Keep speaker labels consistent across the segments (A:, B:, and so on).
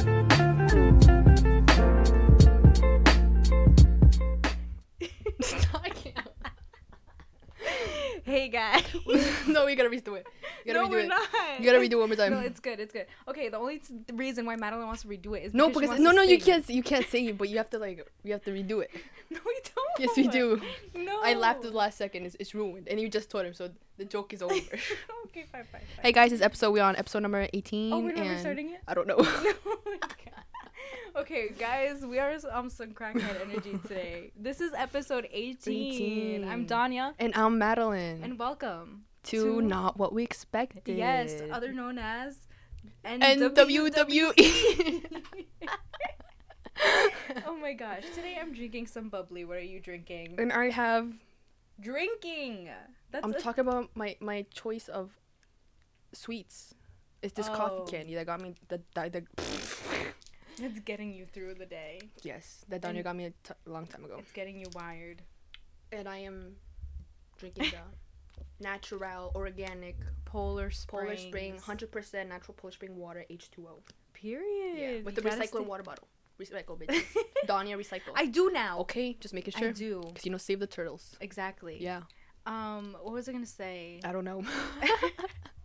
A: no, we gotta redo it. You gotta
B: no,
A: redo
B: we're
A: it.
B: not.
A: You gotta redo it one more time.
B: No, it's good. It's good. Okay, the only t- the reason why Madeline wants to redo it is
A: No,
B: she
A: because
B: wants
A: no,
B: to
A: no, you
B: sing.
A: can't, you can't sing it, but you have to like, you have to redo it.
B: No, we don't.
A: Yes, we do.
B: No.
A: I laughed at the last second. It's, it's ruined, and you just told him, so the joke is over.
B: okay, fine, fine, fine.
A: hey guys, it's episode we on episode number eighteen.
B: oh, we're not
A: and
B: restarting it.
A: I don't know.
B: okay, guys, we are um some crackhead energy today. This is episode 18. I'm
A: 18.
B: Danya,
A: and I'm Madeline.
B: and welcome. to-
A: to not what we expected.
B: Yes, other known as
A: and E. WWE.
B: E. oh my gosh, today I'm drinking some bubbly. What are you drinking?
A: and I have.
B: Drinking. That's
A: I'm
B: a-
A: talking about my my choice of sweets. It's this
B: Oh.
A: coffee candy that got me the the, the
B: It's getting you through the day.
A: yes that Danya
B: And-
A: got me a t- long time ago.
B: It's getting you wired.
A: And I am drinking the natural, organic,
B: Polar Spring.
A: Polar Spring, hundred percent natural Polar Spring water H two O.
B: Period.
A: Yeah, with
B: You
A: the
B: gotta
A: recycled
B: stay-
A: water bottle. Recycle, bitch. Danya, recycle.
B: I do now.
A: okay, just making sure.
B: I do.
A: Cause you know, save the turtles.
B: Exactly.
A: Yeah,
B: Um, what was I gonna say?
A: I don't know.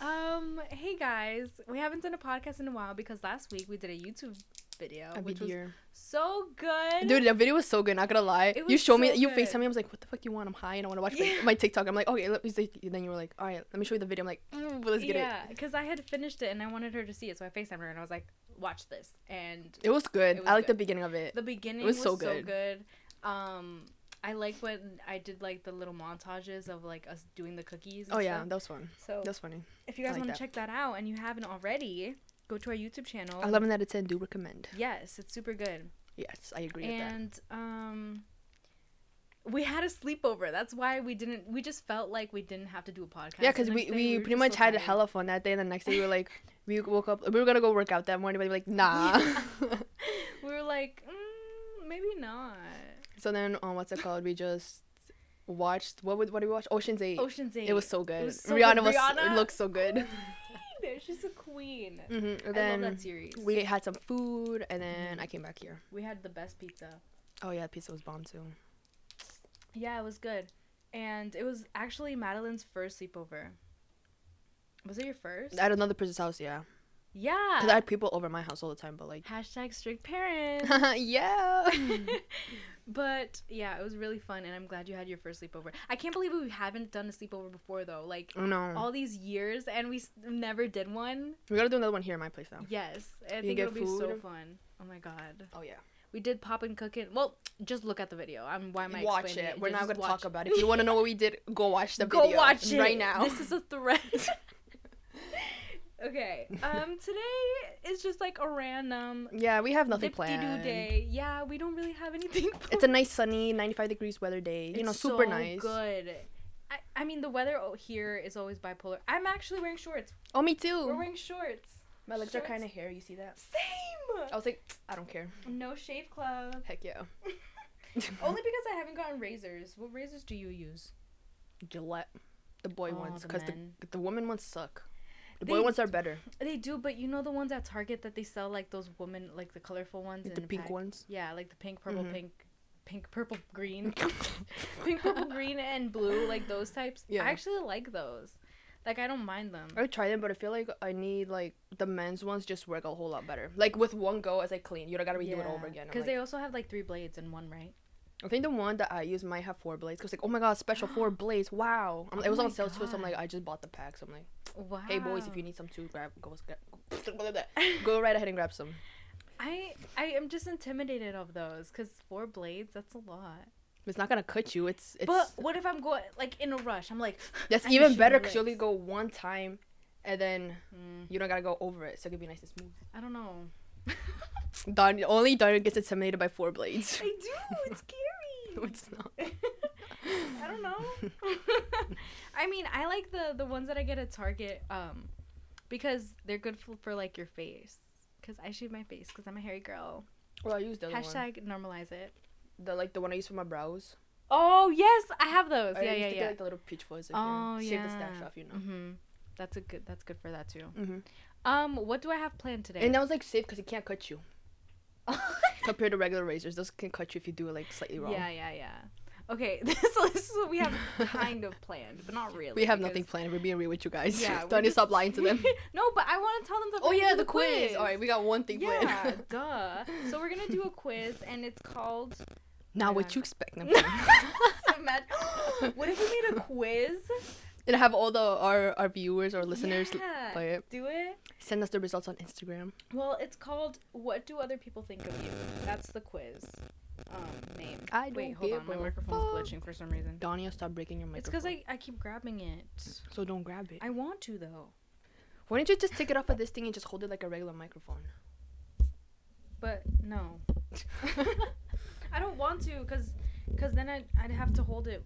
B: um, hey guys, we haven't done a podcast in a while because last week we did a YouTube video,
A: I
B: which
A: be here.
B: was so good.
A: Dude, that video was so good. Not gonna lie,
B: It
A: you
B: was
A: showed me,
B: so
A: you
B: good.
A: FaceTime me. I was like, "What the fuck you want? I'm high and I want to watch my-
B: Yeah.
A: my, TikTok." I'm like, "Okay, let me." See. Then you were like, "All right, let me show you the video." I'm like, mm, "Let's get
B: yeah,
A: it."
B: because I had finished it and I wanted her to see it, so I Facetimed her and I was like, "Watch this." And
A: It was good.
B: It was
A: I like
B: good.
A: the beginning of it.
B: the beginning
A: It
B: was,
A: was so
B: so, good.
A: good.
B: Um, I like when I did like the little montages of like us doing the cookies. and
A: Oh yeah,
B: stuff.
A: that was fun.
B: So
A: That was funny.
B: if you guys
A: like
B: want
A: that.
B: to check that out and you haven't already, go to our YouTube channel.
A: Eleven out of ten. Do recommend.
B: Yes, it's super good.
A: Yes, I agree with that.
B: and um we had a sleepover that's why we didn't we just felt like we didn't have to do a podcast
A: Yeah, because
B: the
A: we,
B: next day.
A: we
B: were
A: pretty
B: just
A: much
B: so
A: had a
B: tired.
A: hella fun that day. And the next day we were like, we woke up. We were gonna go work out that morning, but we were like, nah.
B: we were like mm, maybe not
A: so then, um, what's it called? We just watched. What would what did we watch? Ocean's Eight.
B: ocean's 8
A: It was so good.
B: was so
A: Rihanna
B: good.
A: was
B: Rihanna-
A: looked so good.
B: Queen! she's a queen
A: hmm
B: i
A: Then
B: love that series Mm, we,
A: we had some food, and then I came back here.
B: we had the best pizza
A: Oh yeah, pizza was bomb too.
B: yeah it was good and it was actually madeline's first sleepover was it your first
A: At another person's house, yeah.
B: yeah
A: Cause I had people over my house all the time, but like,
B: hashtag strict parents
A: yeah.
B: but yeah, it was really fun, and I'm glad you had your first sleepover. I can't believe we haven't done a sleepover before though. Like
A: Oh no,
B: all these years, and we s- never did one.
A: we gotta do another one here at my place now.
B: Yes, I
A: You
B: think
A: get
B: it'll be so
A: food?
B: fun. Oh my god,
A: Oh yeah,
B: we did pop and cook it. Well, just look at the video. I'm why am I
A: watch
B: explaining
A: it. We're
B: Just
A: not gonna
B: watch
A: talk about it. If you wanna know what we did, go watch the
B: Go
A: video.
B: watch it
A: right now.
B: This is a threat. okay. Um, today is just like a random
A: yeah, we have nothing
B: dip-de-doo
A: planned.
B: day. Yeah, we don't really have anything.
A: It's a nice sunny 95 degrees weather day. You know,
B: It's
A: super
B: so
A: nice.
B: Good. I, I mean, the weather o- here is always bipolar. I'm actually wearing shorts.
A: Oh, me
B: We're
A: too.
B: wearing shorts.
A: My legs are
B: shorts.
A: kind of hairy. You see that? I
B: Same.
A: was like, I don't care.
B: No shave club.
A: Heck yeah.
B: Only because I haven't gotten razors. What razors do you use?
A: Gillette, the boy
B: Oh,
A: ones,
B: the
A: because the,
B: men.
A: the woman ones suck. The
B: They
A: boy ones are better.
B: They do, but you know the ones at Target that they sell like those woman like the colorful ones.
A: The
B: in a
A: pink
B: pack?
A: ones.
B: Yeah, like the pink, purple,
A: Mhm.
B: pink, pink, purple, green, pink, purple, green, and blue, like those types.
A: Yeah.
B: I actually like those. Like I don't mind them.
A: I tried them, but I feel like I need like the men's ones just work a whole lot better. Like with one go, as I clean, you don't gotta redo it over again. I'm
B: Because
A: like-
B: they also have like three blades in one, right?
A: I think the one that I use might have four blades. Cause like, oh my god, special four blades! Wow, I'm, it
B: Oh
A: was on
B: my
A: sale too. So I'm
B: God.
A: like, I just bought the pack. So I'm like,
B: Wow.
A: hey boys, if you need some too, grab go grab, go right ahead and grab some.
B: I I am just intimidated of those because four blades that's a lot.
A: It's not gonna cut you. It's it's
B: but what if I'm going like in a rush? I'm like
A: that's
B: I need
A: even
B: sugar
A: better. Cause you
B: licks.
A: only go one time, and then
B: mm,
A: you don't gotta go over it. So it could be nice and smooth.
B: I don't know.
A: Don only Don gets intimidated by four blades.
B: I do. It's
A: no,
B: scary.
A: it's not.
B: I don't know. I mean, I like the the ones that I get at Target um because they're good for, for like your face. Cause I shave my face because I'm a hairy girl.
A: Well, I used the other one.
B: Hashtag normalize it.
A: The like the one I use for my brows.
B: Oh yes, I have those.
A: I
B: yeah,
A: used
B: yeah,
A: to
B: yeah.
A: Get, like the little peach fuzz.
B: Oh
A: shave
B: yeah.
A: the stash off, you know.
B: hmm That's a good. That's good for that too.
A: Mm-hmm.
B: Um, what do I have planned today?
A: And that was like safe because it can't cut you compared to regular razors. Those can cut you if you do it like slightly wrong.
B: yeah, yeah, yeah. Okay, so this is what we have kind of planned, but not really.
A: We have
B: because-
A: nothing planned. We're being real with you guys.
B: Yeah,
A: Yeah,
B: we
A: Don't
B: just-
A: stop lying to them.
B: no, but I want to tell them to.
A: oh
B: fucking
A: yeah,
B: do
A: the quiz. All right, we got one thing
B: Yeah,
A: planned.
B: duh. So we're gonna do a quiz, and it's called.
A: now
B: Yeah.
A: what you expect? them to
B: Imagine- what if we made a quiz?
A: and have all the our our viewers or listeners l-
B: Yeah,
A: play it.
B: Do it.
A: Send us the results on Instagram.
B: Well, it's called "What Do Other People Think of You?" That's the quiz um, name.
A: I
B: Wait,
A: don't
B: hold on.
A: give
B: My
A: a
B: microphone's
A: fuck.
B: glitching for some reason.
A: Dania, stop breaking your microphone.
B: It's because I, I keep grabbing it.
A: so don't grab it.
B: I want to though,
A: Why don't you just take it off of this thing and just hold it like a regular microphone?
B: but no. I don't want to because because then I'd, I'd have to hold it.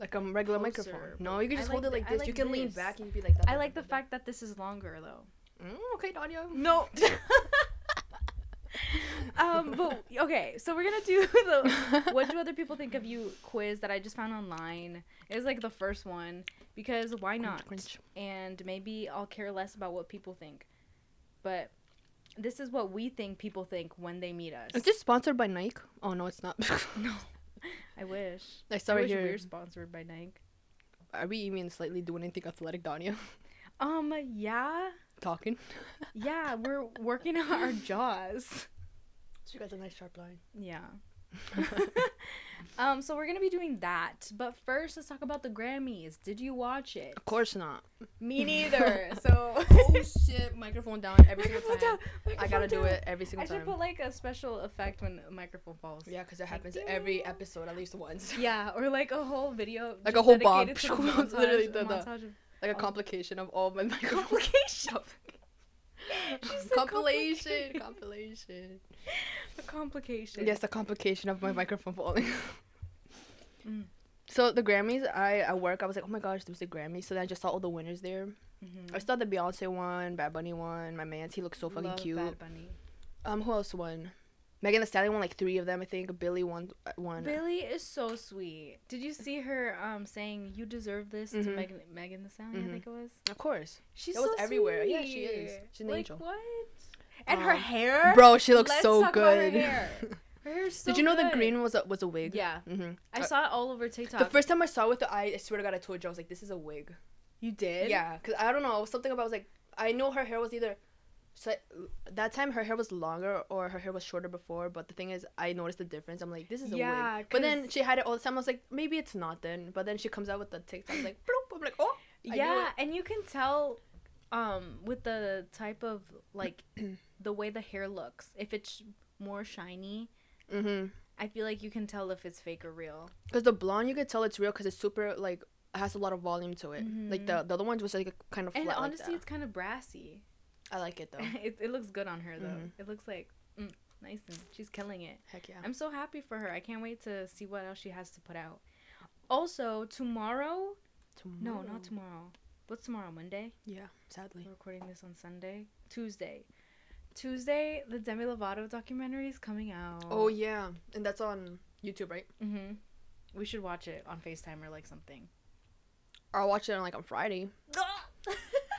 A: Like a regular
B: Closer,
A: microphone. No, you can
B: I
A: just
B: like
A: hold it
B: the-
A: like
B: I
A: this. you
B: like
A: can lean
B: this.
A: back and be like that.
B: I like the fact that this is longer though.
A: Mm, okay, Dania.
B: No. um, but okay, so we're gonna do the what do other people think of you quiz that I just found online. It was like the first one because why not?
A: Cringe.
B: And maybe I'll care less about what people think. But this is what we think people think when they meet us.
A: Is this sponsored by Nike? Oh no, it's not.
B: No. I wish.
A: I
B: I
A: saw it
B: wish we
A: here.
B: were sponsored by Nike.
A: Are we even slightly doing anything athletic, Dania?
B: Um, yeah,
A: Talking.
B: yeah, we're working on our jaws.
A: So you got a nice sharp line.
B: Yeah. um, so we're gonna be doing that, but first let's talk about the Grammys. Did you watch it?
A: Of course not.
B: Me neither. So
A: Oh, shit! Microphone down every
B: Microphone down,
A: I gotta
B: microphone
A: do
B: down.
A: it every
B: I
A: single
B: should
A: time.
B: put like a special effect when a microphone falls.
A: yeah, because it happens
B: "Ding."
A: every episode at least once.
B: Yeah, or like a whole video.
A: Like a
B: just
A: whole bomb.
B: dedicated to the montage-
A: Literally the- the-
B: montage of
A: like a
B: Oh.
A: complication of all my microphones.
B: complication. She said
A: compilation,
B: complica-
A: compilation.
B: A complication.
A: Yes, a complication of my microphone falling.
B: Mm.
A: So the Grammys, I at work, I was like, oh my gosh, there's the Grammys. So then I just saw all the winners there.
B: Mhm.
A: I saw the Beyonce one, Bad Bunny one, my man's. He looks so fucking
B: Love
A: cute.
B: Bad Bunny.
A: Um, who else won? Megan Thee Stallion won like three of them, I think. Billy won uh, one.
B: Billy is so sweet. Did you see her um saying "You deserve this" to
A: Mhm.
B: Megan Megan Thee Stallion? I
A: Mhm.
B: think it was.
A: Of course,
B: She's
A: That was
B: so
A: everywhere.
B: Sweet.
A: Yeah, she is. She's an
B: like,
A: angel.
B: What? And her
A: Um,
B: hair,
A: bro, she looks
B: Let's
A: so
B: talk about
A: good.
B: her hair. Her hair's so
A: Did you know
B: good.
A: the green was a was a wig?
B: Yeah,
A: hmm
B: I
A: Uh,
B: saw it all over TikTok.
A: The first time I saw it with the eye, I swear to God, I told you I was like, this is a wig.
B: you did?
A: Yeah, because I don't know. It was something about, I was like, I know her hair was either. So that time her hair was longer or her hair was shorter before, but the thing is, I noticed the difference. I'm like, this is a
B: Yeah,
A: wig. But then
B: 'cause-
A: she had it all the time. I was like, maybe it's not then. But then she comes out with the TikTok, like, bloop. I'm like, oh. I knew
B: yeah.
A: it.
B: And you can tell, um, with the type of like the way the hair looks. If it's more shiny,
A: Mm-hmm.
B: I feel like you can tell if it's fake or real.
A: Because the blonde, you could tell it's real because it's super like has a lot of volume to it. Like the the other ones was like a kind of flat.
B: Mm-hmm. And
A: like
B: honestly,
A: that.
B: it's kind of brassy.
A: I like it though.
B: it, it looks good on her though.
A: Mhm.
B: It looks like mm, nice and she's killing it.
A: Heck yeah.
B: I'm so happy for her. I can't wait to see what else she has to put out. Also, tomorrow? No, not tomorrow. What's tomorrow? Monday?
A: Yeah, sadly.
B: We're recording this on Sunday. Tuesday. Tuesday, the Demi Lovato documentary is coming out.
A: Oh yeah, and that's on YouTube, right?
B: hmm We should watch it on Facetime or like something.
A: I'll watch it on like on Friday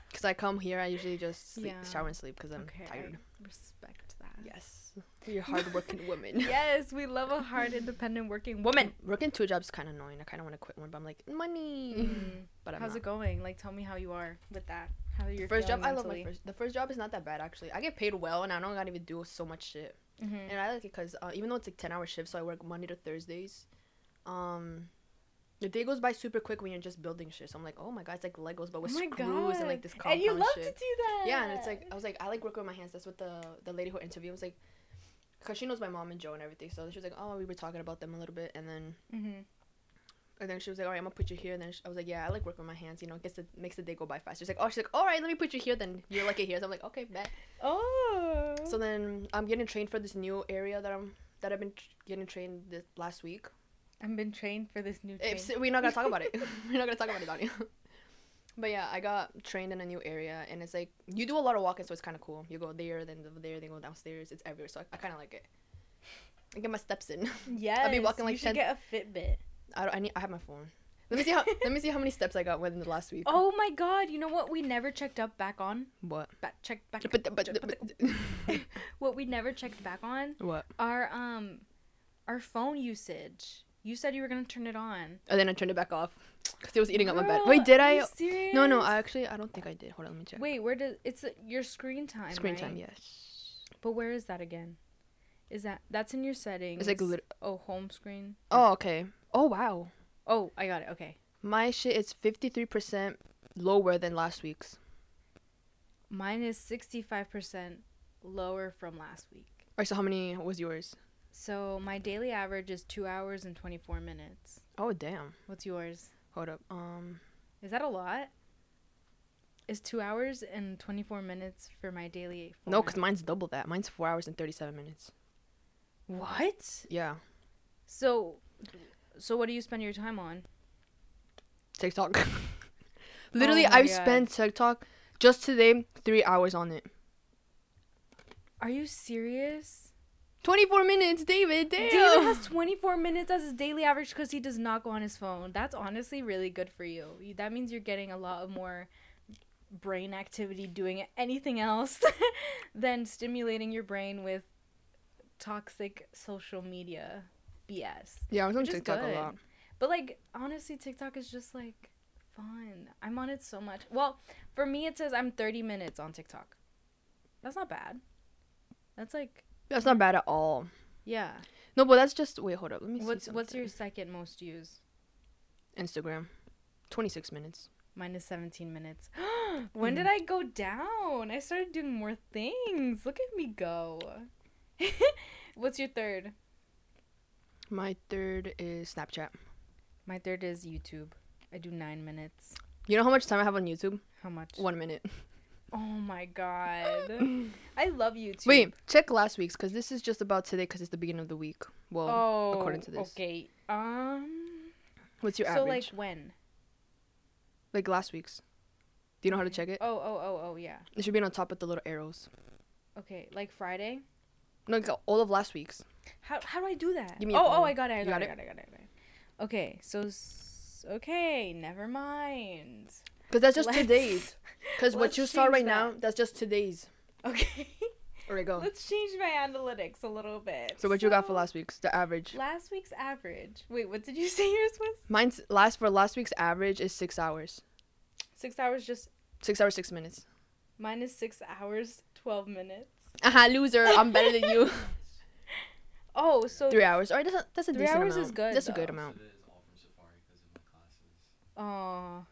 A: because I come here. I usually just sleep,
B: Yeah.
A: shower and sleep because I'm
B: okay. I
A: tired.
B: respect that.
A: Yes, you're a hardworking woman.
B: Yes, we love a hard, independent, working woman.
A: Working two jobs is kind of annoying. I kind of want to quit one, but I'm like money.
B: Mm.
A: But I'm
B: How's
A: not.
B: it going? Like, tell me how you are with that. How you're
A: first job,
B: feeling
A: I love my
B: mentally.
A: first. The first job is not that bad actually. I get paid well, and I don't gotta even do so much shit.
B: Mhm.
A: And I like it because uh, even though it's like 10 hour shifts, so I work Monday to Thursdays. Um, the day goes by super quick when you're just building shit. So I'm like, oh my god, it's like Legos, but with
B: Oh my
A: screws and like
B: God.
A: this compound
B: And you love
A: shit.
B: to do that.
A: yeah, and it's like I was like, I like working with my hands. That's what the the lady who interviewed was like, cause she knows my mom and Joe and everything. So she was like, oh, we were talking about them a little bit, and then
B: hmm
A: and then she was like, all right, I'm gonna put you here. And then sh I was like, yeah, I like working with my hands. You know, it gets the makes the day go by fast. She's like, oh, she's like, all right, let me put you here. Then you're like it here. So I'm like, okay, bet.
B: Oh.
A: So then I'm getting trained for this new area that I'm that I've been tr- getting trained this last week.
B: I've been trained for this new
A: Eh,
B: train.
A: s- we're not gonna talk about it. we're not gonna talk about it, Donnie. But yeah, I got trained in a new area, and it's like you do a lot of walking, so it's kind of cool. You go there, then over there, then go downstairs. It's everywhere, so I, I kind of like it. I get my steps in.
B: yes.
A: walking, like,
B: you should
A: 10
B: get a Fitbit.
A: I don't, I need. I have my phone. Let me see how. let me see how many steps I got within the last week.
B: Oh my God! You know what we never checked up back on?
A: What?
B: Back check back.
A: But but, but,
B: what we never checked back on
A: what?
B: our um our phone usage. You said you were gonna turn it on.
A: And then I turned it back off because it was eating up my bed.
B: Girl,
A: Wait, did
B: are you
A: I? No, no.
B: serious?
A: I actually I don't think I did. Hold on, let me check.
B: Wait, where does it's uh, your screen time?
A: Screen
B: right?
A: time, yes.
B: But where is that again? Is that that's in your settings?
A: It's like lit-
B: oh home screen.
A: Oh, okay. Oh wow,
B: Oh, I got it. Okay.
A: my shit is fifty three percent lower than last week's.
B: Mine is sixty five percent lower from last week.
A: Alright, so how many was yours?
B: So my daily average is two hours and twenty four minutes.
A: Oh damn.
B: What's yours?
A: Hold up. Um,
B: Is that a lot? Is two hours and twenty four minutes for my daily? full
A: no,
B: night-
A: cause mine's double that. Mine's four hours and thirty seven minutes.
B: what?
A: Yeah,
B: So, so what do you spend your time on?
A: TikTok. Literally,
B: Oh my
A: I've
B: God.
A: spent TikTok just today three hours on it.
B: Are you serious?
A: Twenty four minutes, David. Damn.
B: David has 24 minutes as his daily average because he does not go on his phone. That's honestly really good for you. You- That means you're getting a lot of more brain activity doing anything else than stimulating your brain with toxic social media BS.
A: yeah, I was on
B: Which is
A: TikTok a
B: good.
A: lot.
B: But like honestly, TikTok is just like fun. I'm on it so much. Well, for me, it says I'm 30 minutes on TikTok. That's not bad. That's like
A: That's not bad at all.
B: yeah.
A: No, but that's just wait. Hold up. Let me see.
B: What's what's
A: something.
B: your second most used?
A: Instagram? Twenty six minutes.
B: Mine is 17 minutes. when did I go down? I started doing more things. Look at me go. What's your third?
A: My third is Snapchat.
B: My third is YouTube. I do nine minutes.
A: You know how much time I have on YouTube?
B: How much?
A: One minute.
B: Oh my god. I love YouTube.
A: Wait, check last week's because this is just about today because it's the beginning of the week. Well,
B: Oh.
A: according to this.
B: Okay. Um.
A: what's your
B: so
A: average?
B: like when?
A: Like last week's. Do you know how to check it?
B: Oh oh oh oh yeah.
A: It should be on top with the little arrows.
B: Okay. Like Friday.
A: No, like all of last week's.
B: How how do I do that?
A: Give me
B: oh
A: your
B: oh
A: phone.
B: I got it. I
A: You
B: got,
A: got
B: it. I got it. I got it. I got it. Okay. So. s- Okay. Never mind.
A: Because that's just
B: Let's-
A: today's. Because what
B: let's
A: you saw
B: change
A: right now,
B: that.
A: that's just today's.
B: Okay.
A: All right, go.
B: Let's change my analytics a little bit.
A: So what you got for last week's? The average.
B: Last week's average. Wait, what did you say yours was?
A: Mine's last for last week's average is six hours.
B: Six hours. Just
A: Six hours, six minutes.
B: mine is six hours twelve minutes.
A: Aha, loser. I'm better than you.
B: Oh, so
A: Three hours. All right, that's a, that's a
B: Three
A: decent
B: hours is
A: amount.
B: good,
A: That's a good
B: though.
A: amount.
C: It is all from Safari 'cause of my classes.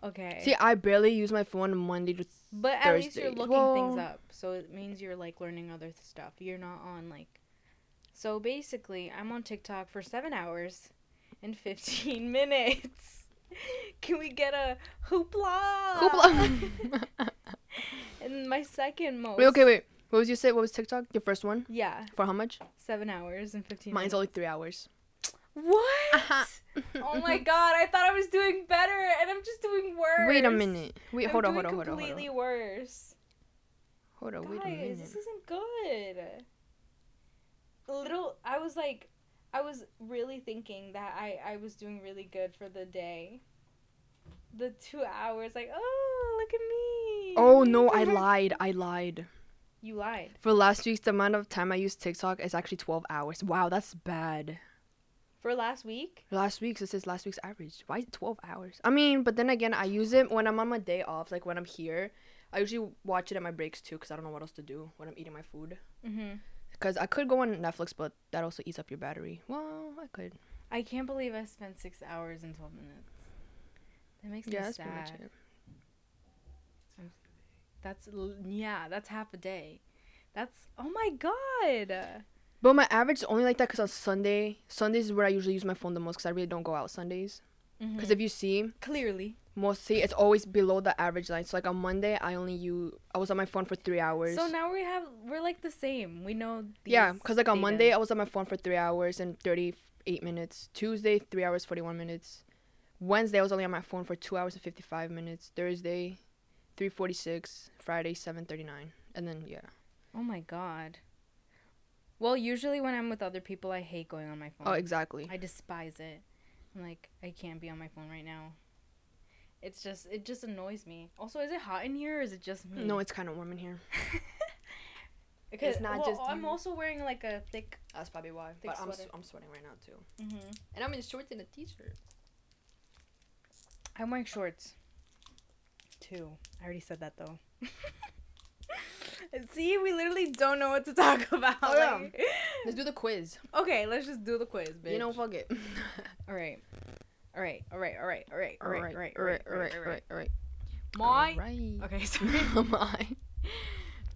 B: Oh, okay.
A: See, I barely use my phone Monday to.
B: but at least you're
A: Thursday.
B: looking things
A: Well-
B: up, so it means you're like learning other th- stuff. You're not on like. So basically, I'm on TikTok for seven hours, and fifteen minutes. Can we get a hoopla?
A: Hoopla.
B: and my second most.
A: wait, okay, wait. What was you say? What was TikTok? Your first one?
B: Yeah,
A: For how much?
B: seven hours and fifteen.
A: Mine's Uh-huh.
B: minutes.
A: only three hours.
B: What? oh my god! I thought I was doing better, and I'm just doing worse.
A: Mm-hmm. Wait a minute. Wait,
B: I'm
A: hold on,
B: doing
A: hold on, hold on, hold on.
B: Completely worse.
A: Hold on, wait a
B: Guys,
A: minute.
B: this isn't good. A little. I was like, I was really thinking that I I was doing really good for the day. The two hours, like, oh look at me.
A: Oh no, I lied. I lied.
B: You lied.
A: For last week's the amount of time I used TikTok is actually 12 hours. Wow, that's bad.
B: For last week,
A: Last week's this is last week's average. Why 12 hours? I mean, but then again, I use it when I'm on my day off, like when I'm here. I usually watch it at my breaks too cuz I don't know what else to do when I'm eating my food.
B: mm-hmm.
A: Cuz I could go on Netflix, but that also eats up your battery. Well, I could.
B: I can't believe I spent six hours and twelve minutes. That makes
A: Yeah,
B: me
A: that's
B: sad.
A: pretty much it.
B: That's l- yeah, that's half a day. That's oh my god.
A: But my average is only like that cuz on Sunday, Sundays is where I usually use my phone the most cuz I really don't go out Sundays. Cuz if you see,
B: Clearly,
A: mostly it's always below the average line. So like on Monday, I only you I was on my phone for three hours.
B: so now we have we're like the same. We know. These
A: yeah, because like on
B: data.
A: Monday, I was on my phone for three hours and thirty eight minutes. Tuesday, three hours forty one minutes. Wednesday, I was only on my phone for two hours and fifty five minutes. Thursday, three forty six. Friday, seven thirty nine. And then yeah,
B: Oh my god. Well, usually when I'm with other people, I hate going on my phone.
A: oh exactly.
B: I despise it. I'm like I can't be on my phone right now. It's just it just annoys me. Also, is it hot in here or is it just me?
A: No, it's kind of warm in here. Because it's not
B: well,
A: just
B: I'm
A: you.
B: also wearing like a thick.
A: That's probably why.
B: Thick
A: but I'm,
B: sweater.
A: s- I'm sweating right now too.
B: Mm-hmm.
A: And I'm in shorts and a t-shirt.
B: I'm wearing shorts. Too. I already said that though. See, we literally don't know what to talk about.
A: Oh, yeah.
B: like-
A: Let's do the quiz.
B: okay, let's just do the quiz, bitch.
A: You know, fuck it.
B: All right. All right. All right. All right. All right. All right. All right. All right.
A: alright, alright, alright, alright.
B: My.
A: Alright.
B: Okay, sorry.
A: My.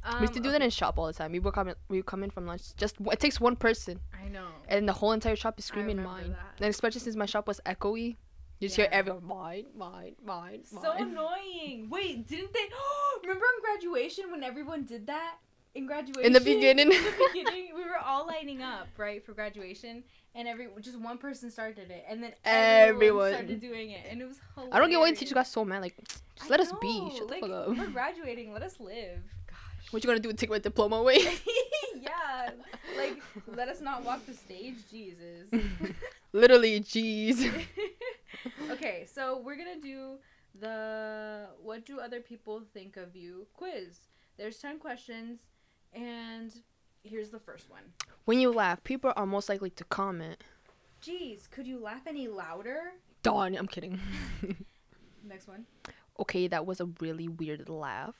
B: Um,
A: we used to do that in shop all the time. We would come in, we would come in from lunch. Just it takes one person,
B: I know.
A: and the whole entire shop is screaming
B: remember
A: mine.
B: that.
A: And especially since my shop was echoey, you just hear
B: Yeah.
A: everyone mine, mine, mine,
B: So
A: mine.
B: annoying. Wait, didn't they? Remember in graduation when everyone did that? In graduation.
A: in the beginning,
B: In the beginning, we were all lining up, right, for graduation, and every just one person started it, and then everyone,
A: Everyone.
B: started doing it, and it was hilarious.
A: I don't get why the teacher got so mad. Like, just
B: I
A: let us be.
B: know,
A: Shut
B: like,
A: the fuck
B: We're
A: up.
B: graduating. Let us live. Gosh.
A: What you gonna do? Take my diploma away?
B: yeah. Like, let us not walk the stage, Jesus.
A: Literally, jeez.
B: okay, so we're gonna do the what do other people think of you quiz. There's ten questions, and here's the first one.
A: when you laugh, people are most likely to comment.
B: Geez, could you laugh any louder?
A: Dawn, I'm kidding.
B: Next one.
A: okay, that was a really weird laugh.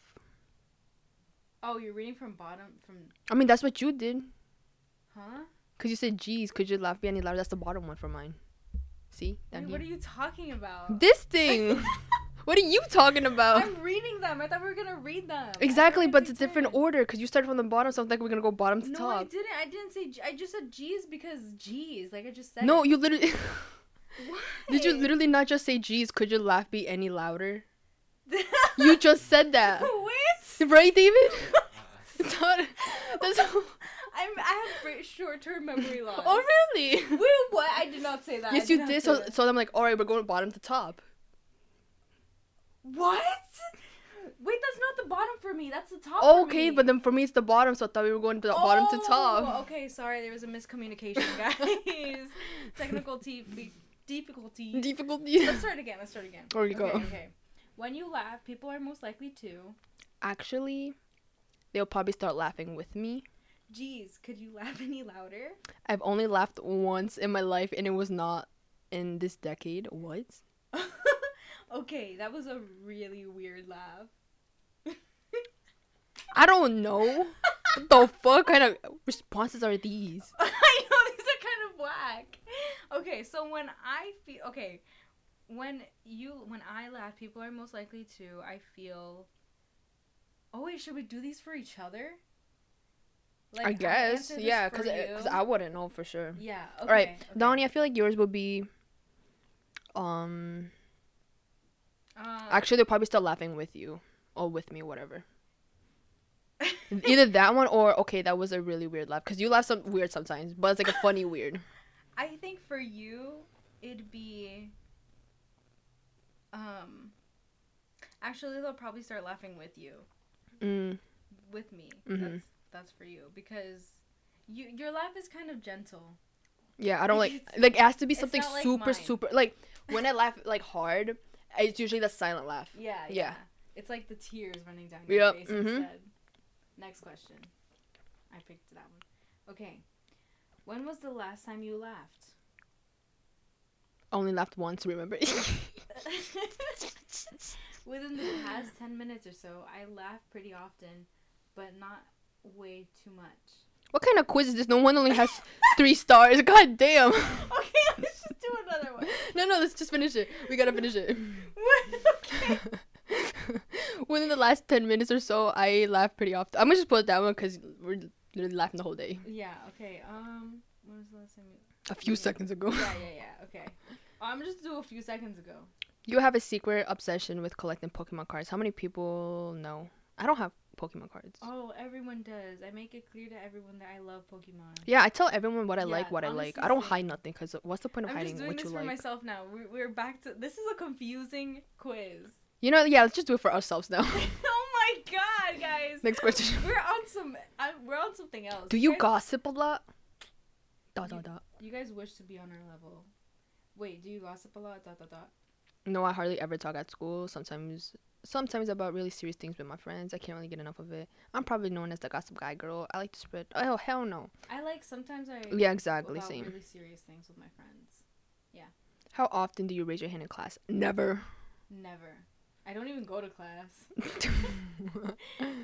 B: Oh, you're reading from bottom from
A: I mean, that's what you did.
B: huh?
A: Cause you said, "Geez, could you laugh be any louder?" That's the bottom one for mine. See down
B: Wait,
A: here.
B: what are you talking about?
A: This thing. what are you talking about?
B: I'm reading them. I thought we were gonna read them. I
A: Oh. exactly,
B: thought
A: but
B: we
A: it's a
B: did.
A: different order. Cause you started from the bottom, so I'm like, we're gonna go bottom to
B: No, I
A: top.
B: didn't. I didn't say. G- I just said geez because geez, like I just said.
A: No,
B: it.
A: you literally. Did you
B: Why?
A: literally not just say, "Geez, could your laugh be any louder"? You just said that,
B: What?
A: right, David?
C: Uh,
A: It's not- that's-
B: I'm, I have short term memory loss.
A: oh really?
B: Wait, what? I did not say that. I
A: yes, you
B: not
A: did.
B: say
A: So,
B: that.
A: so I'm like, all right, we're going bottom to top.
B: what? Wait, that's not the bottom for me. That's the top. for
A: okay,
B: me.
A: but then for me it's the bottom, so I thought we were going to the bottom to
B: Oh,
A: top.
B: Okay, sorry, there was a miscommunication, guys. Technical te- be- difficulty.
A: Difficulty.
B: Oh, Let's start again. Let's start again.
A: There you
B: okay,
A: go.
B: Okay. When you laugh, people are most likely to.
A: Actually, they'll probably start laughing with me.
B: Geez, could you laugh any louder?
A: I've only laughed once in my life, and it was not in this decade. What?
B: okay, that was a really weird laugh.
A: I don't know. what the fuck kind of responses are these?
B: I know these are kind of black. Okay, so when I feel okay, when you when I laugh, people are most likely to. I feel. Oh wait, should we do these for each other? Like
A: I guess.
B: answer this
A: yeah,
B: for
A: because
B: you.
A: I wouldn't know for sure.
B: Yeah. Okay,
A: All right,
B: okay.
A: Donnie, I feel like yours would be. Um.
B: Uh,
A: Actually, they're probably still laughing with you or with me, whatever. Either that one or okay, that was a really weird laugh because you laugh some weird sometimes, but it's like a funny weird.
B: I think for you, it'd be. Um. Actually, they'll probably start laughing with you.
A: Mm.
B: with me.
A: Mhm.
B: That's that's for you because you your laugh is kind of gentle.
A: Yeah, I don't like
B: It's-
A: like it has to be
B: it's
A: something
B: not like
A: super
B: mine.
A: super like when I laugh like hard, it's usually the silent laugh.
B: Yeah,
A: Yeah.
B: It's like the tears running down your
A: Yep,
B: face
A: mhm.
B: instead. Next question. I picked that one. Okay. When was the last time you laughed?
A: I only laughed once, remember?
B: Within the past 10 minutes or so, I laugh pretty often, but not way too much.
A: what kind of quiz is this? No one only has three stars. God damn.
B: Okay, let's just do another one.
A: No, no, let's just finish it. We gotta finish it.
B: okay.
A: Within the last ten minutes or so, I laugh pretty often. I'm gonna just put that one because we're literally laughing the whole day.
B: Yeah, okay. Um, when was the last time you
A: A few
B: Mm-hmm.
A: seconds ago.
B: yeah, yeah, yeah. Okay. I'm just do a few seconds ago.
A: You have a secret obsession with collecting Pokemon cards. How many people know? I don't have Pokemon cards.
B: Oh, everyone does. I make it clear to everyone that I love Pokemon.
A: Yeah, I tell everyone what I
B: Yeah,
A: like, what I like.
B: honestly,
A: I don't
B: same.
A: hide nothing because what's the point of
B: I'm just
A: hiding
B: doing
A: what
B: this
A: you
B: for
A: like?
B: myself now. We're, we're back to this is a confusing quiz.
A: You know, yeah, let's just do it for ourselves now.
B: oh my god, guys.
A: Next question.
B: We're on some. I, we're on something else.
A: Do you
B: guys,
A: gossip a lot? Dot dot
B: You-
A: dot.
B: You guys wish to be on our level. Wait, do you gossip a lot? Dot dot dot.
A: No, I hardly ever talk at school. Sometimes sometimes about really serious things with my friends. I can't really get enough of it. I'm probably known as the gossip guy girl. I like to spread. Oh hell no.
B: I like sometimes I
A: Yeah, exactly.
B: about
A: Same.
B: really serious things with my friends.
A: How often do you raise your hand in class? Never.
B: Never. I don't even go to class.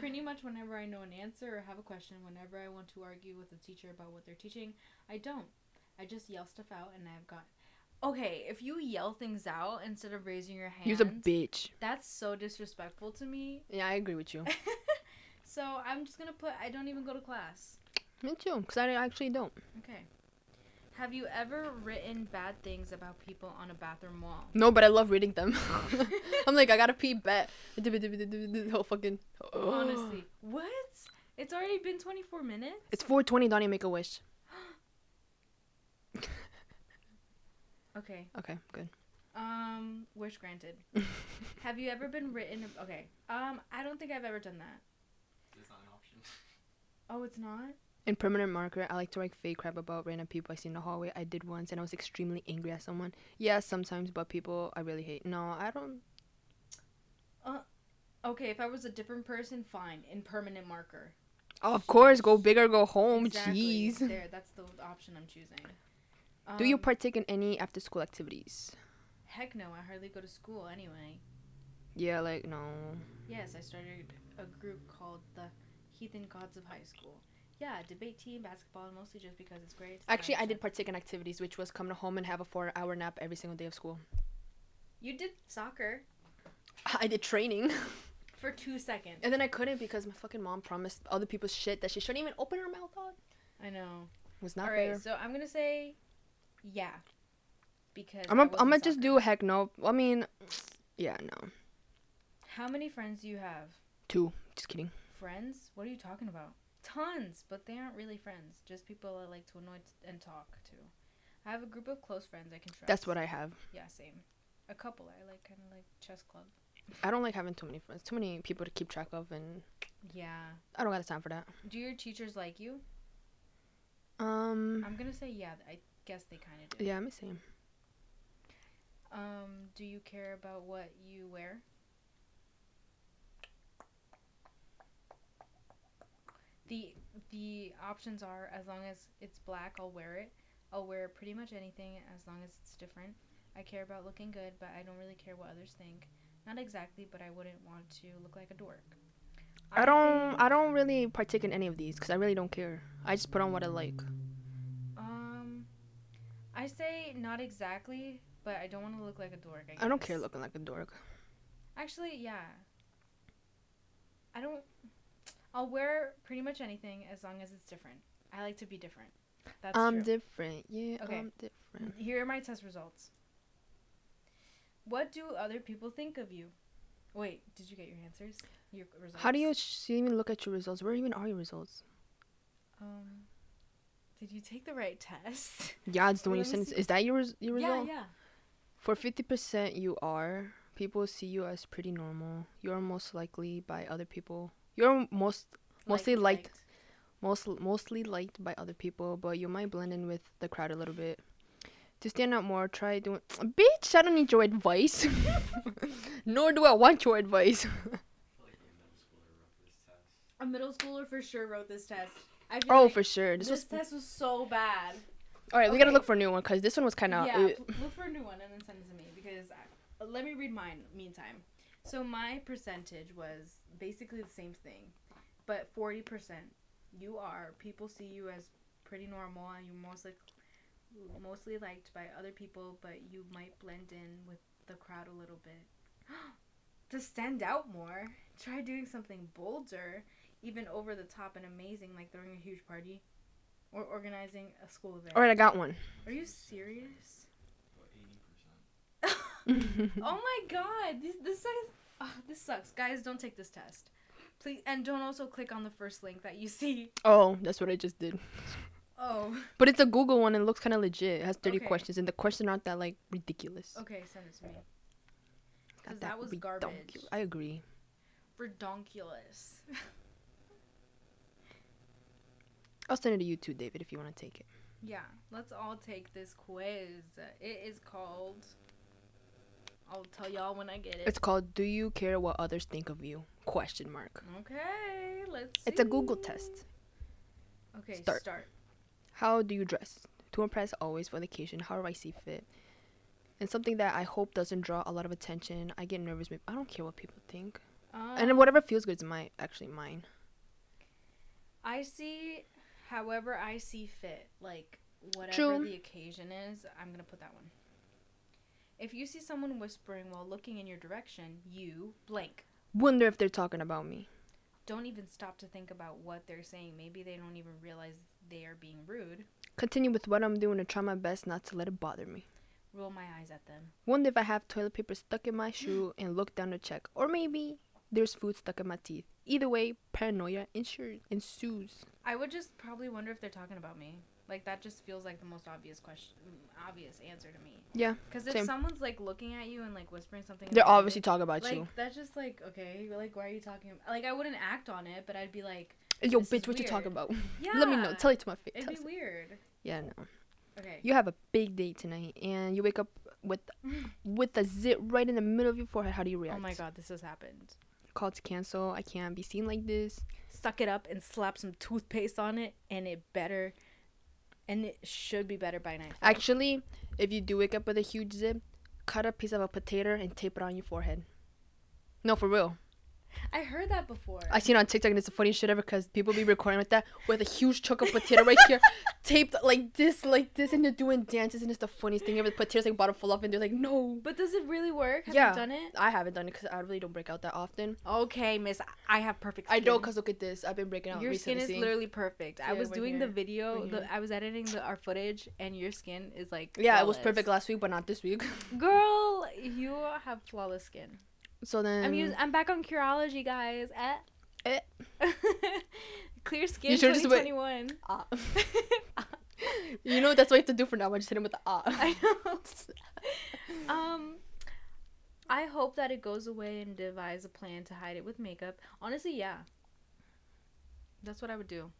B: Pretty much whenever I know an answer or have a question, whenever I want to argue with a teacher about what they're teaching, I don't. I just yell stuff out and I've got Okay, if you yell things out instead of raising your hand,
A: You're a bitch.
B: that's so disrespectful to me.
A: Yeah, I agree with you.
B: So I'm just gonna put I don't even go to class.
A: Me too, because I actually don't.
B: Okay. Have you ever written bad things about people on a bathroom wall?
A: No, but I love reading them. I'm like, I gotta pee, bet. Whole fucking.
B: Honestly. What? It's already been 24 minutes?
A: It's 420, Donnie, make a wish.
B: Okay.
A: Okay, good.
B: Um, wish granted. Have you ever been written? Okay. Um, I don't think I've ever done that.
C: It's not an option.
B: Oh, it's not?
A: In permanent marker, I like to write fake crap about random people I see in the hallway. I did once, and I was extremely angry at someone. Yeah, sometimes, but people I really hate. No, I don't.
B: Okay, if I was a different person, fine. In permanent marker.
A: of course, go big or go home.
B: Exactly.
A: Oh, Jeez.
B: There, that's the option I'm choosing.
A: Do you
B: Um,
A: partake in any after school activities?
B: Heck no, I hardly go to school anyway.
A: Yeah, like, no.
B: Yes, I started a group called the Heathen Gods of High School. Yeah, debate team, basketball, and mostly just because it's great.
A: Actually, I
B: Um,
A: did partake in activities, which was coming home and have a four hour nap every single day of school.
B: You did soccer
A: I did training.
B: for two seconds.
A: And then I couldn't because my fucking mom promised other people's shit that she shouldn't even open her mouth on.
B: I know.
A: Was not
B: All right,
A: fair.
B: so I'm gonna say, yeah, because
A: I'm
B: I
A: gonna
B: was
A: I'm
B: in
A: gonna just
B: soccer.
A: do heck no. I mean, yeah, no.
B: How many friends do you have?
A: Two. Just kidding.
B: Friends? What are you talking about? Tons, but they aren't really friends. Just people I like to annoy t- and talk to. I have a group of close friends I can trust.
A: That's what I have.
B: Yeah, same. A couple I like, kind of like chess club.
A: I don't like having too many friends, too many people to keep track of, and
B: Yeah.
A: I don't got the time for that.
B: Do your teachers like you?
A: Um,
B: I'm gonna say yeah. I guess they kind of do.
A: yeah, me same.
B: Um, do you care about what you wear? The the options are as long as it's black, I'll wear it. I'll wear pretty much anything as long as it's different. I care about looking good, but I don't really care what others think. Not exactly, but I wouldn't want to look like a dork.
A: I don't, I don't really partake in any of these because I really don't care. I just put on what I like.
B: Um, I say not exactly, but I don't want to look like a dork. I, guess.
A: I don't care looking like a dork.
B: Actually, yeah. I don't. I'll wear pretty much anything as long as it's different. I like to be different. That's true.
A: I'm different. Yeah,
B: Okay.
A: I'm different.
B: Here are my test results. What do other people think of you? Wait, did you get your answers? Your results.
A: How do you sh- even look at your results? Where even are your results?
B: Um. Did you take the right test?
A: Yeah, it's the one you
B: Let me
A: sent.
B: see.
A: Is that your res- your result?
B: yeah, yeah.
A: For 50%, you are. People see you as pretty normal. You're most likely by other people. You're most Mostly liked. most mostly liked by other people, but you might blend in with the crowd a little bit. To stand out more, try doing. Bitch, I don't need your advice. Nor do I want your advice.
C: I feel like a middle schooler
B: A middle schooler
C: wrote this test.
B: for sure wrote this test. I feel
A: oh,
B: like
A: for sure.
B: This,
A: This was
B: test was so bad.
A: all right. We gotta
B: okay.
A: look for a new one because this one was uh, kind of.
B: yeah, pl- look for a new one and then send it to me because I, uh, let me read mine meantime. So my percentage was basically the same thing, but forty percent. You are people see you as pretty normal and you're mostly mostly liked by other people, but you might blend in with the crowd a little bit. to stand out more, try doing something bolder, even over the top and amazing, like throwing a huge party or organizing a school event.
A: all right, I got one.
B: Are you serious?
C: What, 80%?
B: oh my god, this this sucks. Oh, this sucks, guys. Don't take this test, please, and don't also click on the first link that you see.
A: oh, that's what I just did.
B: Oh,
A: But it's a Google one and it looks kind of legit. It has 30
B: Okay.
A: questions, and the questions aren't that like ridiculous.
B: okay, send it to me.
A: God,
B: 'Cause that was
A: would be
B: garbage.
A: donk- I agree.
B: Redonkulous.
A: I'll send it to you too, David, if you want to take it.
B: Yeah, let's all take this quiz. It is called I'll tell y'all when I get it.
A: It's called "Do you care what others think of you?" question mark.
B: okay, let's.
A: It's a Google
B: see.
A: test.
B: Okay, start.
A: Start.
B: start.
A: How do you dress? To impress, always for the occasion. How do I see fit? And something that I hope doesn't draw a lot of attention. I get nervous. Maybe I don't care what people think.
B: Um,
A: And then whatever feels good is my actually mine.
B: I see, however I see fit. Like whatever
A: True.
B: the occasion is, I'm gonna put that one. If you see someone whispering while looking in your direction, you blank.
A: Wonder if they're talking about me.
B: Don't even stop to think about what they're saying. Maybe they don't even realize they are being rude.
A: Continue with what I'm doing and try my best not to let it bother me.
B: Roll my eyes at them.
A: Wonder if I have toilet paper stuck in my shoe and look down to check. Or maybe there's food stuck in my teeth. Either way, paranoia ensu- ensues.
B: I would just probably wonder if they're talking about me. Like that just feels like the most obvious question, obvious answer to me.
A: Yeah,
B: Because if
A: same.
B: someone's like looking at you and like whispering something, in
A: They're
B: your ear,
A: obviously talking about
B: like
A: you.
B: that's just like okay, you're like why are you talking? ab- Like I wouldn't act on it, but I'd be like,
A: Yo,
B: this is
A: bitch, what you talking
B: weird.
A: about?
B: yeah.
A: Let me know. Tell it to my face.
B: It'd
A: Tell
B: be
A: us.
B: weird.
A: Yeah, no.
B: Okay.
A: You have a big day tonight, and you wake up with with a zit right in the middle of your forehead. How do you react?
B: Oh my god, this has happened.
A: Call to cancel. I can't be seen like this.
B: Suck it up and slap some toothpaste on it, and it better, and it should be better by night.
A: Actually, if you do wake up with a huge zit, cut a piece of a potato and tape it on your forehead. No, for real.
B: I heard that before.
A: I seen it on TikTok and it's the funniest shit ever because people be recording with that with a huge chunk of potato right here, taped like this, like this, and they're doing dances and it's the funniest thing ever. The potatoes like bottom fall off and they're like, no.
B: But does it really work? Have
A: Yeah.
B: you done it?
A: I haven't done it because I really don't break out that often.
B: Okay, miss. I have perfect.
A: I
B: Skin.
A: know because look at this. I've been breaking out
B: Your
A: recently.
B: skin is
A: see?
B: literally perfect. I
A: Yeah,
B: was
A: right
B: doing
A: here.
B: the video.
A: Right here.
B: The, I was editing the, our footage, and your skin is like
A: yeah, it was
B: flawless.
A: perfect last week, but not this week.
B: Girl, you have flawless skin.
A: So then
B: I'm using. I'm back on Curology, guys. Eh.
A: Eh.
B: Clear skin.
A: should've just went-
B: 2021.
A: ah. you know that's what you have to do for now. I just hit him with the ah.
B: I know. um, I hope that it goes away and devise a plan to hide it with makeup. Honestly, yeah. That's what I would do.